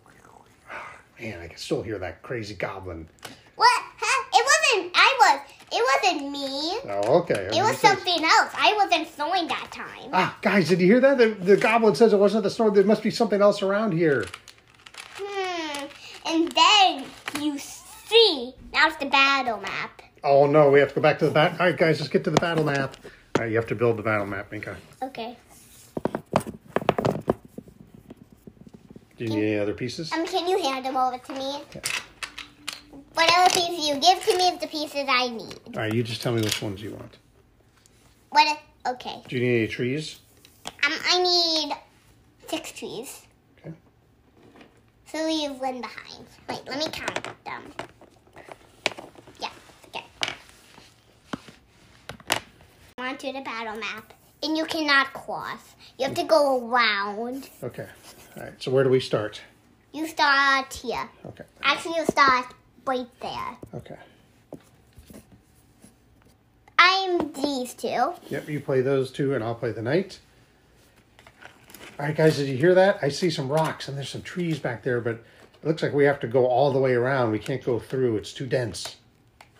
S1: Okay. Man, I can still hear that crazy goblin.
S2: What? Huh? It wasn't. I was. It wasn't me.
S1: Oh, okay.
S2: It was something else. I wasn't snoring that time.
S1: Ah, guys, did you hear that? The, the goblin says it wasn't the snore. There must be something else around here.
S2: Hmm. And then you see. Now it's the battle map.
S1: Oh no, we have to go back to the bat. All right, guys, let's get to the battle map. All right, you have to build the battle map, Minka.
S2: Okay.
S1: Do you need any other pieces?
S2: Um. Can you hand them over to me?
S1: Yeah.
S2: Whatever piece you give to me is the pieces I need.
S1: All right, you just tell me which ones you want.
S2: What? if- Okay.
S1: Do you need any trees?
S2: Um, I need six trees.
S1: Okay.
S2: So leave one behind. Wait, let me count them. Yeah, okay. Onto the battle map. And you cannot cross. You have to go around.
S1: Okay. All right. So where do we start?
S2: You start here.
S1: Okay.
S2: Actually, you start right there.
S1: Okay.
S2: I'm these two.
S1: Yep. You play those two, and I'll play the knight. All right, guys, did you hear that? I see some rocks and there's some trees back there, but it looks like we have to go all the way around. We can't go through; it's too dense.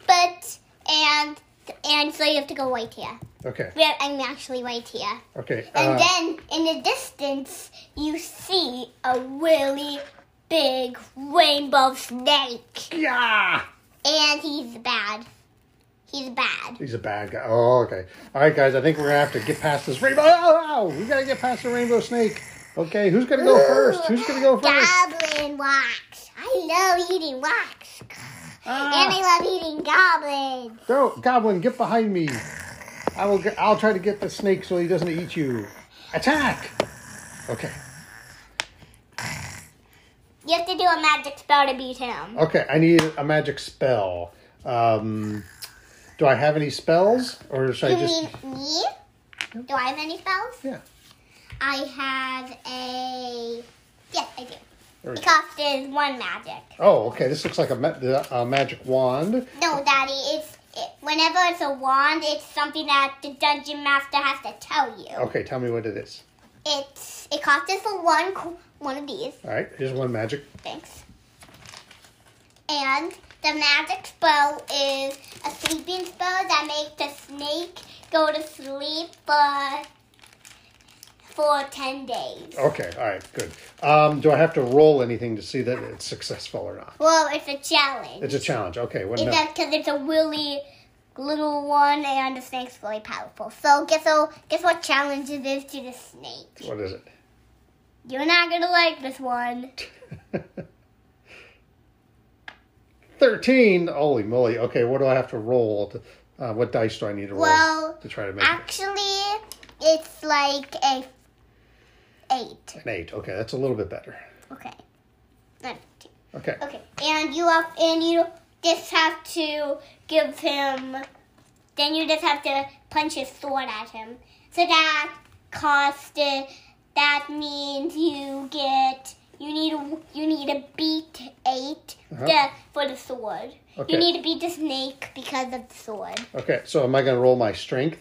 S2: But, and, and so you have to go right here.
S1: Okay.
S2: Where I'm actually right here.
S1: Okay.
S2: And
S1: uh,
S2: then in the distance, you see a really big rainbow snake.
S1: yeah.
S2: And he's bad. He's bad.
S1: He's a bad guy. Oh, okay. All right, guys. I think we're gonna have to get past this rainbow. Oh, we gotta get past the rainbow snake. Okay, who's gonna go first? Who's gonna go first?
S2: Goblin rocks. I love eating rocks. And
S1: Ah,
S2: I love eating goblins.
S1: go, goblin, get behind me. I will. Get, I'll try to get the snake so he doesn't eat you. Attack. Okay.
S2: You have to do a magic spell to beat him.
S1: Okay. I need a magic spell. Um, do I have any spells, or should
S2: You
S1: I just?
S2: mean me? Do I have any spells?
S1: Yeah.
S2: I have a. Yes, I do.
S1: There we
S2: It
S1: go.
S2: costs one magic.
S1: Oh, okay. This looks like a, ma- the- a magic wand.
S2: No, Daddy, it's it, whenever it's a wand, it's something that the dungeon master has to tell you.
S1: Okay, tell me what it is.
S2: It's it costs us for one co- one of these
S1: All right, here's one magic.
S2: things, and the magic spell is a sleeping spell that makes the snake go to sleep for for for 10 days.
S1: Okay, all right, good. Um, do I have to roll anything to see that it's successful or not?
S2: Well, it's a challenge.
S1: It's a challenge. Okay, what
S2: It's
S1: no-
S2: because it's a really little one and the snake's really powerful. So guess so guess what challenge it is to the snake.
S1: what is it?
S2: You're not gonna like this one.
S1: 13 holy moly okay what do i have to roll to, uh, what dice do i need to roll
S2: Well,
S1: to try to make it?
S2: Actually, it's like a eight.
S1: an 8 okay that's a little bit better
S2: Okay. Not two.
S1: okay
S2: Okay. And you have and you just have to give him then you just have to punch his sword at him. So that costs it that means you get you need a, you need to beat 8
S1: Uh-huh.
S2: the, for the sword.
S1: Okay.
S2: You need to beat the snake because of the sword.
S1: okay so am i going to roll my strength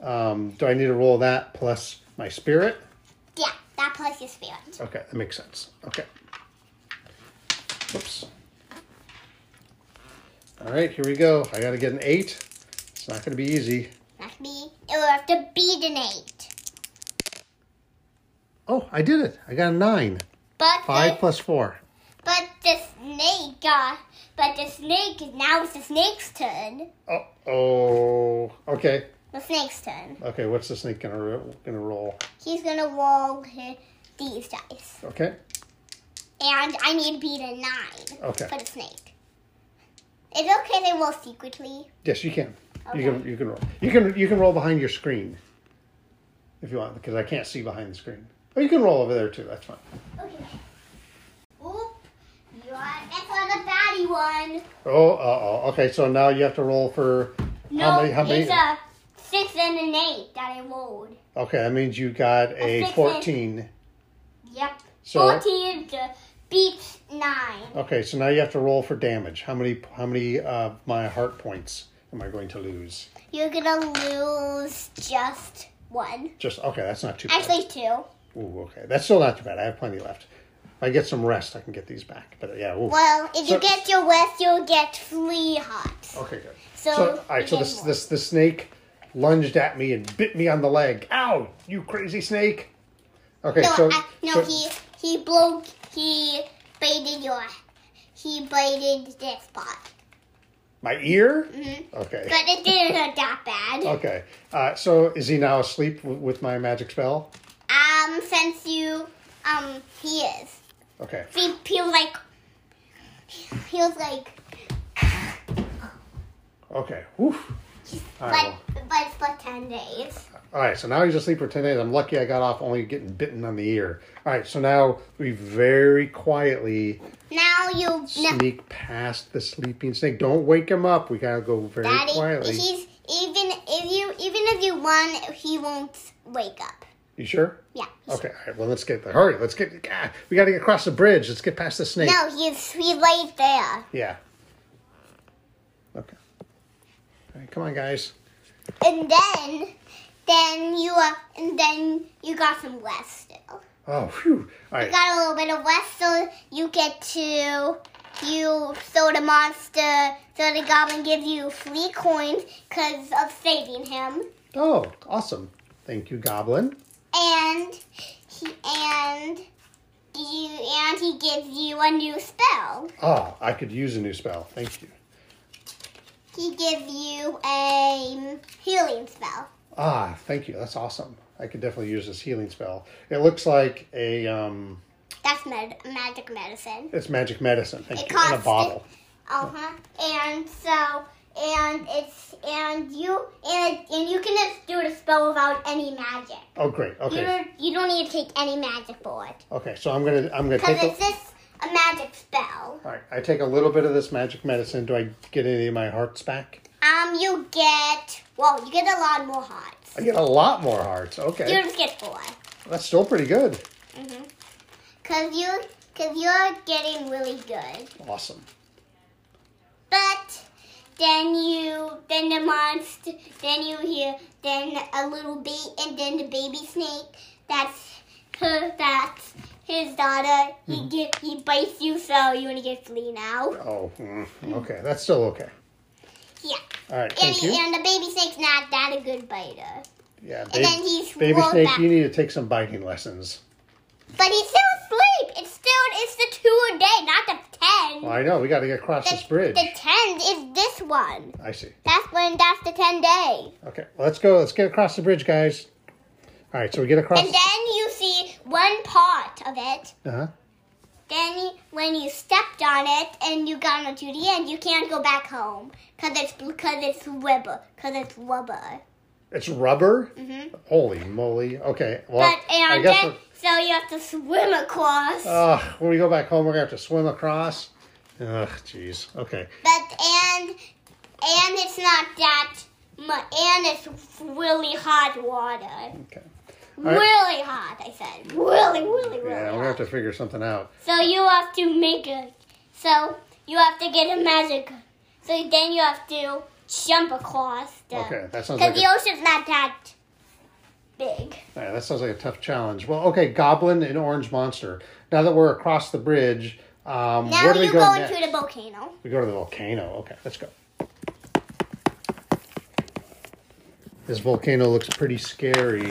S1: um, do i need to roll that plus my spirit
S2: Yeah, that plus your spirit.
S1: okay that makes sense okay oops all right here we go i gotta get an 8 it's not going to be easy
S2: Not me. You have to beat an 8.
S1: oh i did it i got a 9
S2: But
S1: 5
S2: the-
S1: plus 4
S2: But the snake got. But the snake is now it's the snake's turn.
S1: oh oh okay
S2: The snake's turn.
S1: okay what's the snake gonna, ro- gonna roll
S2: He's gonna roll his, these dice,
S1: okay
S2: and I need to beat a nine
S1: Okay.
S2: for the snake. It's okay. They roll secretly.
S1: Yes, you can. You
S2: Okay.
S1: can you can roll. You can you can roll behind your screen if you want because I can't see behind the screen. Oh, you can roll over there too. That's fine.
S2: Okay. Oop! You are that's on the batty one.
S1: Oh, uh, oh, okay. So now you have to roll for
S2: No,
S1: many- how many-
S2: it's a six and an eight that I rolled.
S1: okay. That means you got
S2: A
S1: a
S2: six
S1: fourteen.
S2: Yep.
S1: So-
S2: Fourteen to beats nine.
S1: Okay, so now you have to roll for damage. How many how many uh, my heart points am I going to lose?
S2: You're gonna lose just one.
S1: Just okay. That's not too bad.
S2: Actually, two.
S1: Ooh, okay. That's still not too bad. I have plenty left. If I get some rest, I can get these back. But yeah. Ooh.
S2: Well, if
S1: So-
S2: you get your rest, you'll get three hearts.
S1: Okay, good.
S2: So,
S1: So, all right, so
S2: you
S1: this,
S2: get more.
S1: this the snake lunged at me and bit me on the leg. Ow, you crazy snake! Okay,
S2: no,
S1: so,
S2: I, no,
S1: so-
S2: he he broke. He baited your. He baited this part,
S1: my ear.
S2: Mm.
S1: Okay,
S2: but it didn't hurt that bad.
S1: okay. Uh, so is he now asleep w- with my magic spell?
S2: Um, since you um, he is.
S1: Okay,
S2: He, he was like. He was like,
S1: okay. Woof. All right,
S2: but
S1: well,
S2: but for ten days.
S1: all right. So now he's asleep for ten days. I'm lucky I got off only getting bitten on the ear. All right, so now we very quietly
S2: Now you now,
S1: sneak past the sleeping snake. Don't wake him up. We gotta go very
S2: Daddy,
S1: quietly.
S2: he's even if you even if you won, he won't wake up.
S1: You sure?
S2: Yeah.
S1: Okay, all right, well, let's get the hurry. Let's get. ah, we got to get across the bridge. Let's get past the snake.
S2: No, he's he's right there.
S1: Yeah. Okay. All right, come on, guys.
S2: And then, then you uh, and then you got some rest still.
S1: Oh, phew. All right.
S2: Got a little bit of rest, so you get to you. So the monster, so the goblin gives you three coins because of saving him,
S1: Oh, awesome. Thank you, Goblin.
S2: and he and you and he gives you a new spell.
S1: Oh, I could use a new spell. Thank you.
S2: He gives you a healing spell.
S1: Ah, thank you. That's awesome. I could definitely use this healing spell. It looks like a um,
S2: That's med- magic medicine.
S1: it's magic medicine. Thank
S2: It
S1: you. In a
S2: costs-
S1: bottle.
S2: Uh huh. And so, and it's and you and and you can just do the spell without any magic.
S1: Oh, great.
S2: You
S1: Okay.
S2: don't you don't need to take any magic for it
S1: Okay. So I'm gonna I'm gonna
S2: because
S1: take.
S2: it's
S1: A,
S2: just a magic spell.
S1: all right. I take a little bit of this magic medicine. Do I get any of my hearts back?
S2: Um, you get well, you get a lot more hearts.
S1: I get a lot more hearts. Okay.
S2: You just get four
S1: That's still pretty good.
S2: because you because you're getting really good.
S1: Awesome.
S2: But then you, then the monster, then you hear, then a little bee, and then the baby snake. That's her. That's his daughter.
S1: Hmm.
S2: He get, he bites you, so you only get three now.
S1: Oh, mm, okay. That's still okay.
S2: Yeah.
S1: All right.
S2: And,
S1: Thank
S2: he,
S1: you.
S2: and the baby snake's not that a good biter.
S1: Yeah,
S2: And then he's
S1: baby
S2: rolled
S1: snake,
S2: back.
S1: you need to take some biting lessons.
S2: But he's still asleep. It's still it's the two a day, not the ten.
S1: Well, I know we got to get across this
S2: The,
S1: bridge.
S2: the ten is this one.
S1: I see.
S2: That's when that's the ten day.
S1: Okay, let's go. Let's get across the bridge, guys. All right, so we get across.
S2: And then you see one part of it.
S1: uh-huh.
S2: Then you- when you stepped on it and you got onto the end, you can't go back home because it's because it's rubber because it's rubber.
S1: It's rubber. Holy moly! Okay, well,
S2: Mm-hmm. But and
S1: I guess. Uh.
S2: then, so you have to swim across.
S1: we're- Ugh, when we go back home, we're gonna have to swim across. Ugh, jeez. Okay.
S2: But and and it's not that much, and it's really hot water.
S1: Okay. right.
S2: Really hot, I said. Really, really,
S1: Yeah,
S2: really
S1: we're gonna have
S2: hot.
S1: to figure something out.
S2: So you have to make it. So you have to get a magic. So then you have to jump across the.
S1: Okay, that sounds like
S2: Because the
S1: a-
S2: ocean's not that big.
S1: All right, that sounds like a tough challenge. Well, okay, Goblin and Orange Monster. Now that we're across the bridge, um,
S2: Now
S1: where do we
S2: you
S1: go
S2: go
S1: next?
S2: into the volcano.
S1: We go to the volcano. Okay, let's go. This volcano looks pretty scary.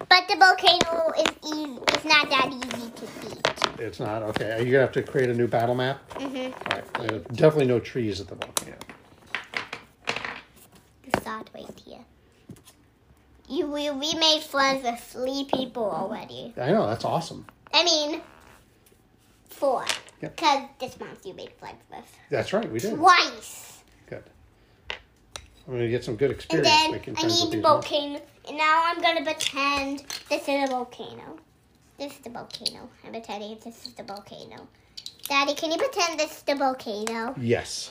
S2: But the volcano is easy. It's not that easy to beat.
S1: It's not okay. Are you gonna have to create a new battle map? Mm-hmm. All right. there are definitely no trees at the volcano.
S2: You saw it right here. You, we, we made friends with three people already.
S1: I know that's awesome.
S2: I mean, four.
S1: Yep.
S2: Because this monster you made friends with.
S1: That's right. We did
S2: Twice.
S1: good. I'm gonna get some good
S2: And
S1: experience
S2: then
S1: making
S2: I
S1: friends with
S2: need the
S1: these monsters.
S2: volcano. And now I'm gonna pretend this is a volcano. This is the volcano. I'm pretending this is the volcano. Daddy, can you pretend this is the volcano?
S1: Yes.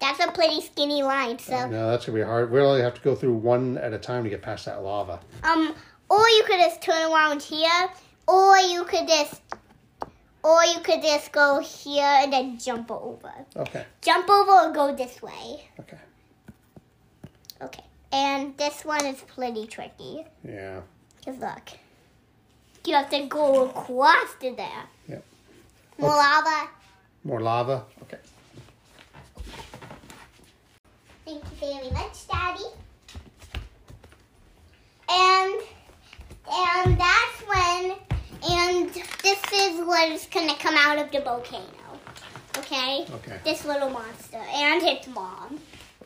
S2: That's a pretty skinny line, so
S1: No, that's gonna be hard. We only have to go through one at a time to get past that lava.
S2: um or you could just turn around here, or you could just or you could just go here and then jump over.
S1: Okay.
S2: Jump over or go this way.
S1: Okay.
S2: Okay. And this one is pretty tricky.
S1: Yeah.
S2: Cause look, you have to go across to there.
S1: Yep.
S2: More lava.
S1: More lava. Okay.
S2: Thank you very much, Daddy. And and that's when and this is what is gonna come out of the volcano. Okay?
S1: Okay.
S2: This little monster and its mom.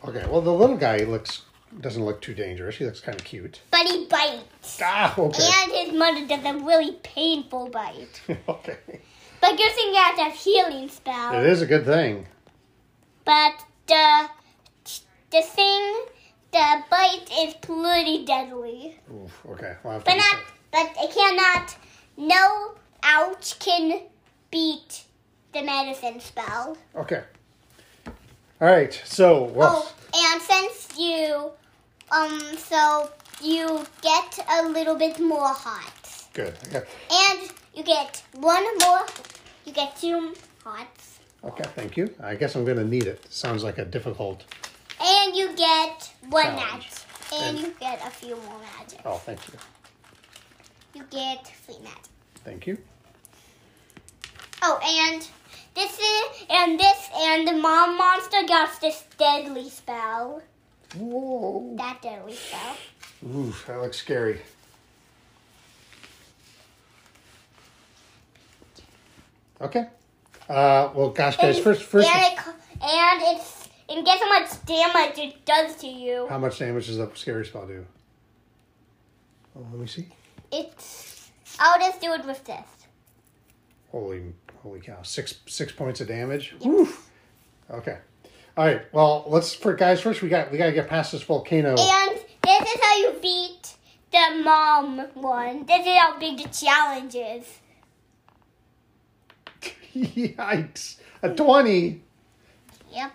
S1: Okay. Well, the little guy looks doesn't look too dangerous. He looks kind of cute.
S2: But he bites.
S1: Ah. Okay.
S2: And his mother does a really painful bite.
S1: okay.
S2: But good thing you have that healing spell.
S1: It is a good thing.
S2: But the the thing, the bite is pretty deadly.
S1: Oof, okay. We'll have to
S2: But
S1: be
S2: not,
S1: careful.
S2: but it cannot. No ouch can beat the medicine spell.
S1: Okay. All right. So,
S2: Oh,
S1: well,
S2: and since you, um, so you get a little bit more hearts,
S1: good. Okay.
S2: and you get one more. You get two hearts,
S1: okay. Thank you. I guess I'm going to need it. Sounds like a difficult.
S2: and you get one
S1: Challenge.
S2: magic, and
S1: And-
S2: you get a few more magic.
S1: Oh, thank you.
S2: You get free magic.
S1: Thank you.
S2: Oh, and this is and this and the mom monster got this deadly spell.
S1: Whoa.
S2: That deadly spell.
S1: Oof, that looks scary. Okay. Uh, well, gosh, guys,
S2: And-
S1: first, first,
S2: and, it, co- and it's and guess how much damage it does to you?
S1: how much damage does that scary spell do? Oh, let me see.
S2: It's I'll just do it with this.
S1: Holy, holy cow! Six, six points of damage. Oof. Okay. All right. Well, let's for guys first. We got we got to get past this volcano.
S2: And this is how you beat the mom one. This is how big the challenge is.
S1: Yikes! A twenty.
S2: Yep.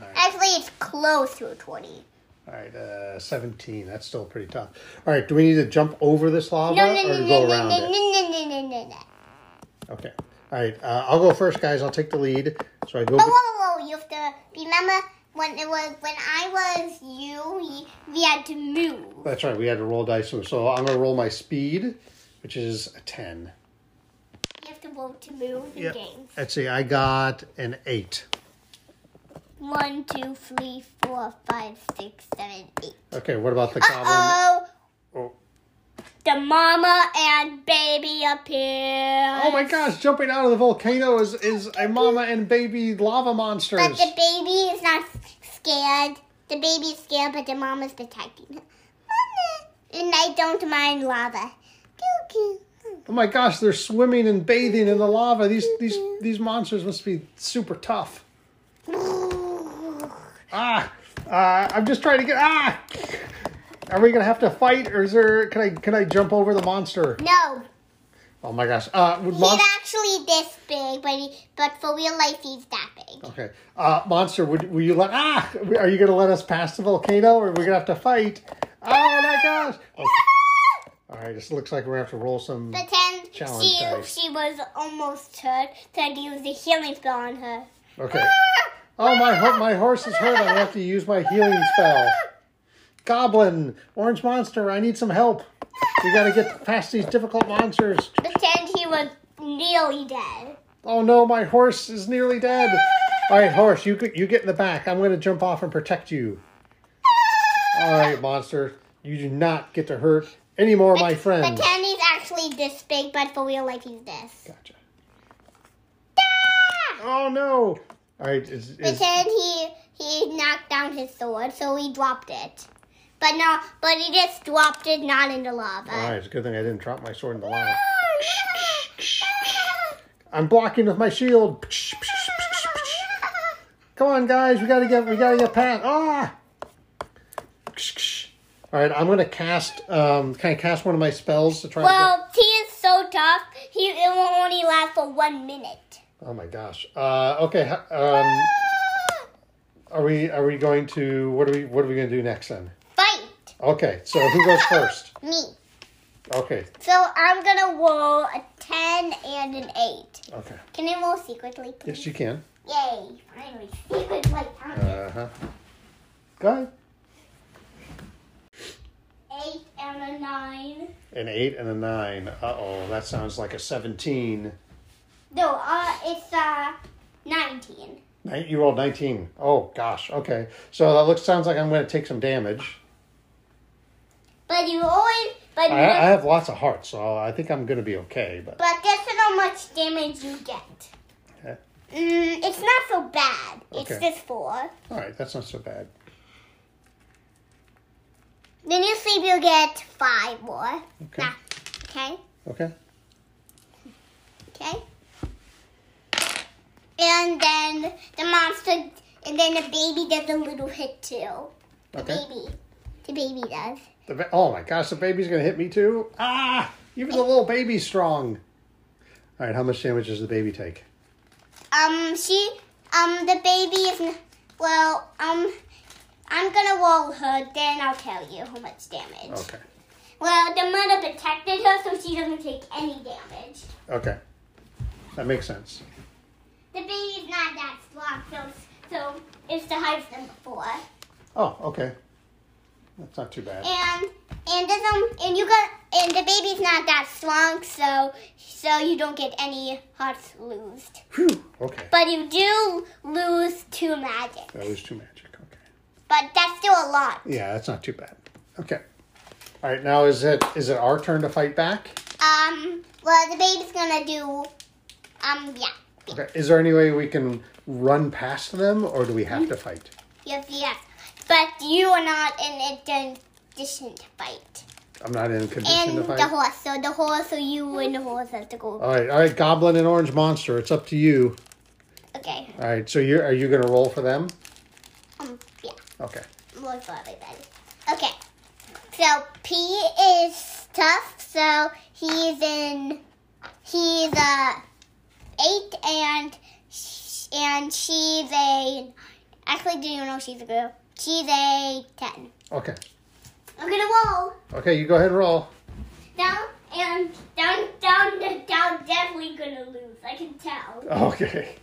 S1: Alright.
S2: Actually, it's close to a twenty.
S1: All right, uh, seventeen. That's still pretty tough. All right. Do we need to jump over this lava
S2: No, no,
S1: or
S2: no,
S1: go
S2: no, no,
S1: around
S2: no, no,
S1: it?
S2: no, no, no, no.
S1: Okay. All right. Uh, I'll go first, guys. I'll take the lead. So I go.
S2: But whoa, whoa, whoa! You have to remember when it was when I was you. y- We had to move.
S1: That's right. We had to roll dice. So I'm gonna roll my speed, which is a ten.
S2: You have to roll to move in games.
S1: Let's see. I got an eight.
S2: One, two, three, four, five, six, seven, eight.
S1: Okay, what about the
S2: Uh oh.
S1: goblin? Oh.
S2: The mama and baby appear.
S1: oh my gosh, jumping out of the volcano is, is a mama and baby lava
S2: But
S1: monsters.
S2: the baby is not scared. The baby's scared, but the mama's protecting her. Mama. And I don't mind lava. Cuckoo.
S1: Oh my gosh, they're swimming and bathing in the lava. These these these monsters must be super tough. Ah, uh, I'm just trying to get ah. Are we gonna have to fight, or is there? Can I can I jump over the monster?
S2: No,
S1: Oh my gosh! Uh, would
S2: he's
S1: monster?
S2: actually this big, but he, but for real life he's that big.
S1: Okay, uh, monster. Would will you let ah? Are you gonna let us pass the volcano, or are we gonna have to fight? Oh my gosh! Okay. All right, this looks like we're gonna have to roll some.
S2: Pretend
S1: Challenge
S2: she
S1: dice.
S2: she was almost hurt. Tried to use a healing spell on her.
S1: Okay. Oh my ho- my horse is hurt. I have to use my healing spell. Goblin, orange monster. I need some help. We gotta get past these difficult monsters.
S2: Pretend he was nearly dead.
S1: Oh no, my horse is nearly dead. All right, horse, you get- you get in the back. I'm gonna jump off and protect you. All right, monster, you do not get to hurt any more of my friends.
S2: Pretend he's actually this big, but for real life he's this.
S1: Gotcha. Oh no! All right, is, is,
S2: Pretend he he knocked down his sword, so he dropped it. But no, but he just dropped it not in the lava.
S1: all right. It's a good thing I didn't drop my sword in the lava.
S2: Ah!
S1: I'm blocking with my shield. Come on, guys, we gotta get we gotta get past. Ah! All right, I'm gonna cast. Um, can I cast one of my spells to try? to
S2: Well, he is so tough. He it will only last for one minute.
S1: get- oh my gosh. Uh, okay. h- Um, are we are we going to what are we what are we gonna do next then?
S2: Fight
S1: Okay, so who goes first?
S2: me.
S1: Okay,
S2: So I'm gonna roll a ten and an eight.
S1: okay.
S2: Can I roll secretly, please?
S1: Yes, you can.
S2: Yay! Finally, secret light on
S1: Uh huh. Go ahead.
S2: Eight and a nine.
S1: An eight and a nine. Uh oh, that sounds like a seventeen.
S2: No, uh, it's uh nineteen.
S1: Nine, you rolled 19. Oh, gosh. Okay. So that looks sounds like I'm going to take some damage.
S2: But you always, but
S1: I, I
S2: you-
S1: have lots of hearts, so I think I'm going to be okay. But
S2: but guess how much damage you get.
S1: Okay.
S2: Mm, it's not so bad. It's
S1: Okay.
S2: just four.
S1: all right, that's not so bad.
S2: Then you sleep, you'll get five more.
S1: Okay.
S2: Nah. Okay.
S1: Okay.
S2: Okay. And then the monster, and then the baby does a little hit too. The
S1: Okay.
S2: baby. The baby does.
S1: The ba- oh, my gosh. The baby's going to hit me, too. Ah, even the little baby's strong. All right, how much damage does the baby take?
S2: Um, she, um, the baby is, n- well, um, I'm gonna roll her, then I'll tell you how much damage.
S1: Okay.
S2: Well, the mother protected her so she doesn't take any damage.
S1: Okay. That makes sense.
S2: The baby's not that strong, so, so it's the highest than before.
S1: Oh, okay. That's not too bad.
S2: and and there's, um and you got and the baby's not that strong, so so you don't get any hearts lost.
S1: Phew. Okay.
S2: But you do lose two magic.
S1: That was too magic. Okay.
S2: But that's still a lot.
S1: Yeah, that's not too bad. Okay. All right, now is it is it our turn to fight back?
S2: Um. Well, the baby's gonna do. Um. Yeah.
S1: Okay. Is there any way we can run past them, or do we have to fight?
S2: Yes. Yes. But you are not in a condition to fight.
S1: I'm not in condition
S2: And
S1: to
S2: the
S1: fight.
S2: horse. So the horse. So you and the horse have to go.
S1: All right, all right, Goblin and Orange Monster, it's up to you.
S2: Okay.
S1: All right, so you are you going to roll for them?
S2: Um. Yeah.
S1: Okay.
S2: More for everybody. Okay. So P is tough, so he's in he's a eight and sh- and she's a actually do you know she's a girl? She's a ten.
S1: Okay.
S2: I'm gonna roll
S1: Okay, you go ahead and roll.
S2: down and down down down, down definitely gonna lose. I can tell.
S1: Okay.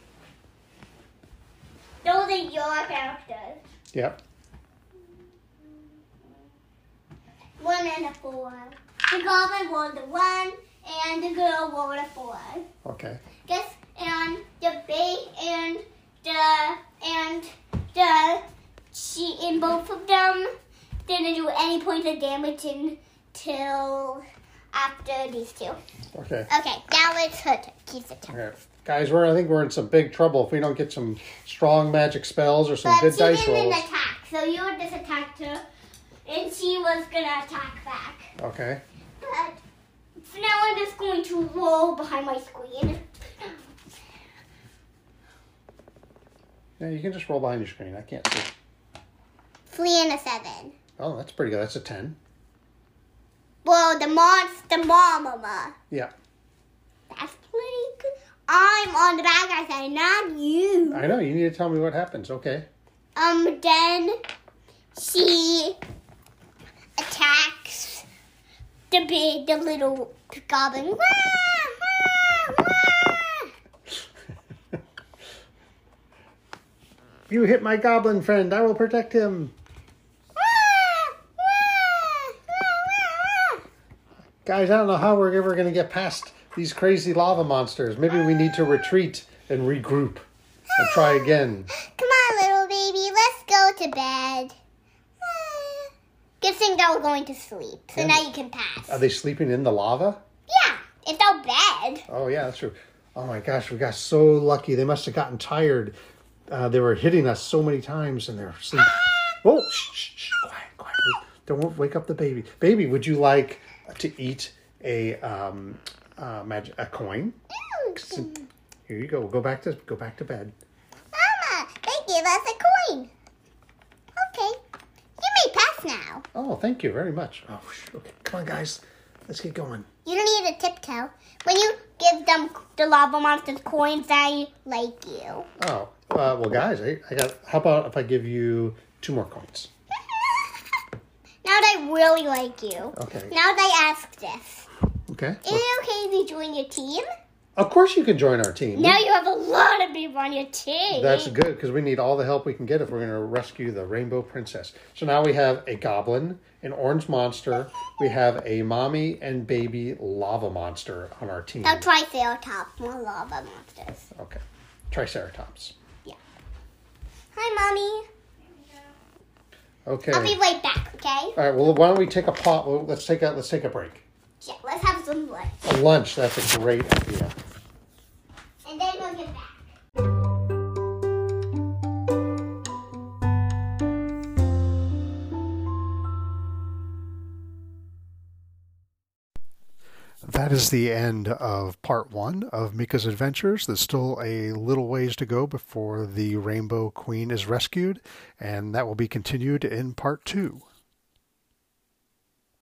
S2: Those are your characters.
S1: Yep.
S2: One and a four. The goblin rolled a one and the girl rolled a four.
S1: Okay.
S2: Guess and the bay and the and both of them. Didn't do any points of damage until after these two.
S1: Okay.
S2: Okay, now it's her turn. She's the turn.
S1: Okay. Guys, we're I think we're in some big trouble if we don't get some strong magic spells or some
S2: But
S1: good
S2: she
S1: dice
S2: didn't
S1: rolls.
S2: attack, so you would just attacked her, and she was gonna attack back.
S1: Okay.
S2: But for now, I'm just going to roll behind my screen.
S1: Yeah, you can just roll behind your screen. I can't see.
S2: Three and a seven.
S1: Oh, that's pretty good. That's a ten.
S2: Well, the monster mama.
S1: Yeah.
S2: That's pretty good. I'm on the bad guy side, not you.
S1: I know. You need to tell me what happens. Okay.
S2: Um, then she attacks the big, the little goblin. Wah, wah, wah.
S1: You hit my goblin friend. I will protect him.
S2: Wah, wah, wah, wah, wah.
S1: Guys, I don't know how we're ever going to get past these crazy lava monsters. Maybe we need to retreat and regroup and try again.
S2: Come on, little baby, let's go to bed. Wah. Good thing they're all going to sleep, so
S1: Yeah.
S2: now you can pass.
S1: Are they sleeping in the lava?
S2: Yeah, it's all bed.
S1: Oh yeah, that's true. Oh my gosh, we got so lucky. They must have gotten tired. Uh, they were hitting us so many times in their sleep. Oh, shh, shh, shh, quiet, quiet. Don't wake up the baby. Baby, would you like to eat a um, uh, magic a coin? Here you go. Go back to go back to bed.
S2: Mama, they gave us a coin. Okay, you may pass now.
S1: Oh, thank you very much. Oh, sh- okay. Come on, guys, let's get going.
S2: You don't need a tiptoe. When you give them the lava monsters coins, I like you.
S1: Oh, uh, well, guys, I, I got. How about if I give you two more coins?
S2: Now they really like you.
S1: Okay.
S2: Now they ask this.
S1: Okay.
S2: Is it okay if you join your team?
S1: Of course, you can join our team.
S2: Now you have a lot of people on your team.
S1: That's good because we need all the help we can get if we're going to rescue the Rainbow Princess. So now we have a goblin, an orange monster, we have a mommy and baby lava monster on our team.
S2: Now Triceratops, more lava monsters.
S1: Okay, Triceratops.
S2: Hi, Mommy.
S1: Okay.
S2: I'll be right back, okay?
S1: all right. Well, why don't we take a pot? Well, let's take a let's take a break.
S2: Yeah, let's have some lunch.
S1: A lunch. That's a great idea.
S2: And then we'll get back.
S3: That is the end of part one of Mika's adventures. There's still a little ways to go before the Rainbow Queen is rescued, and that will be continued in part two.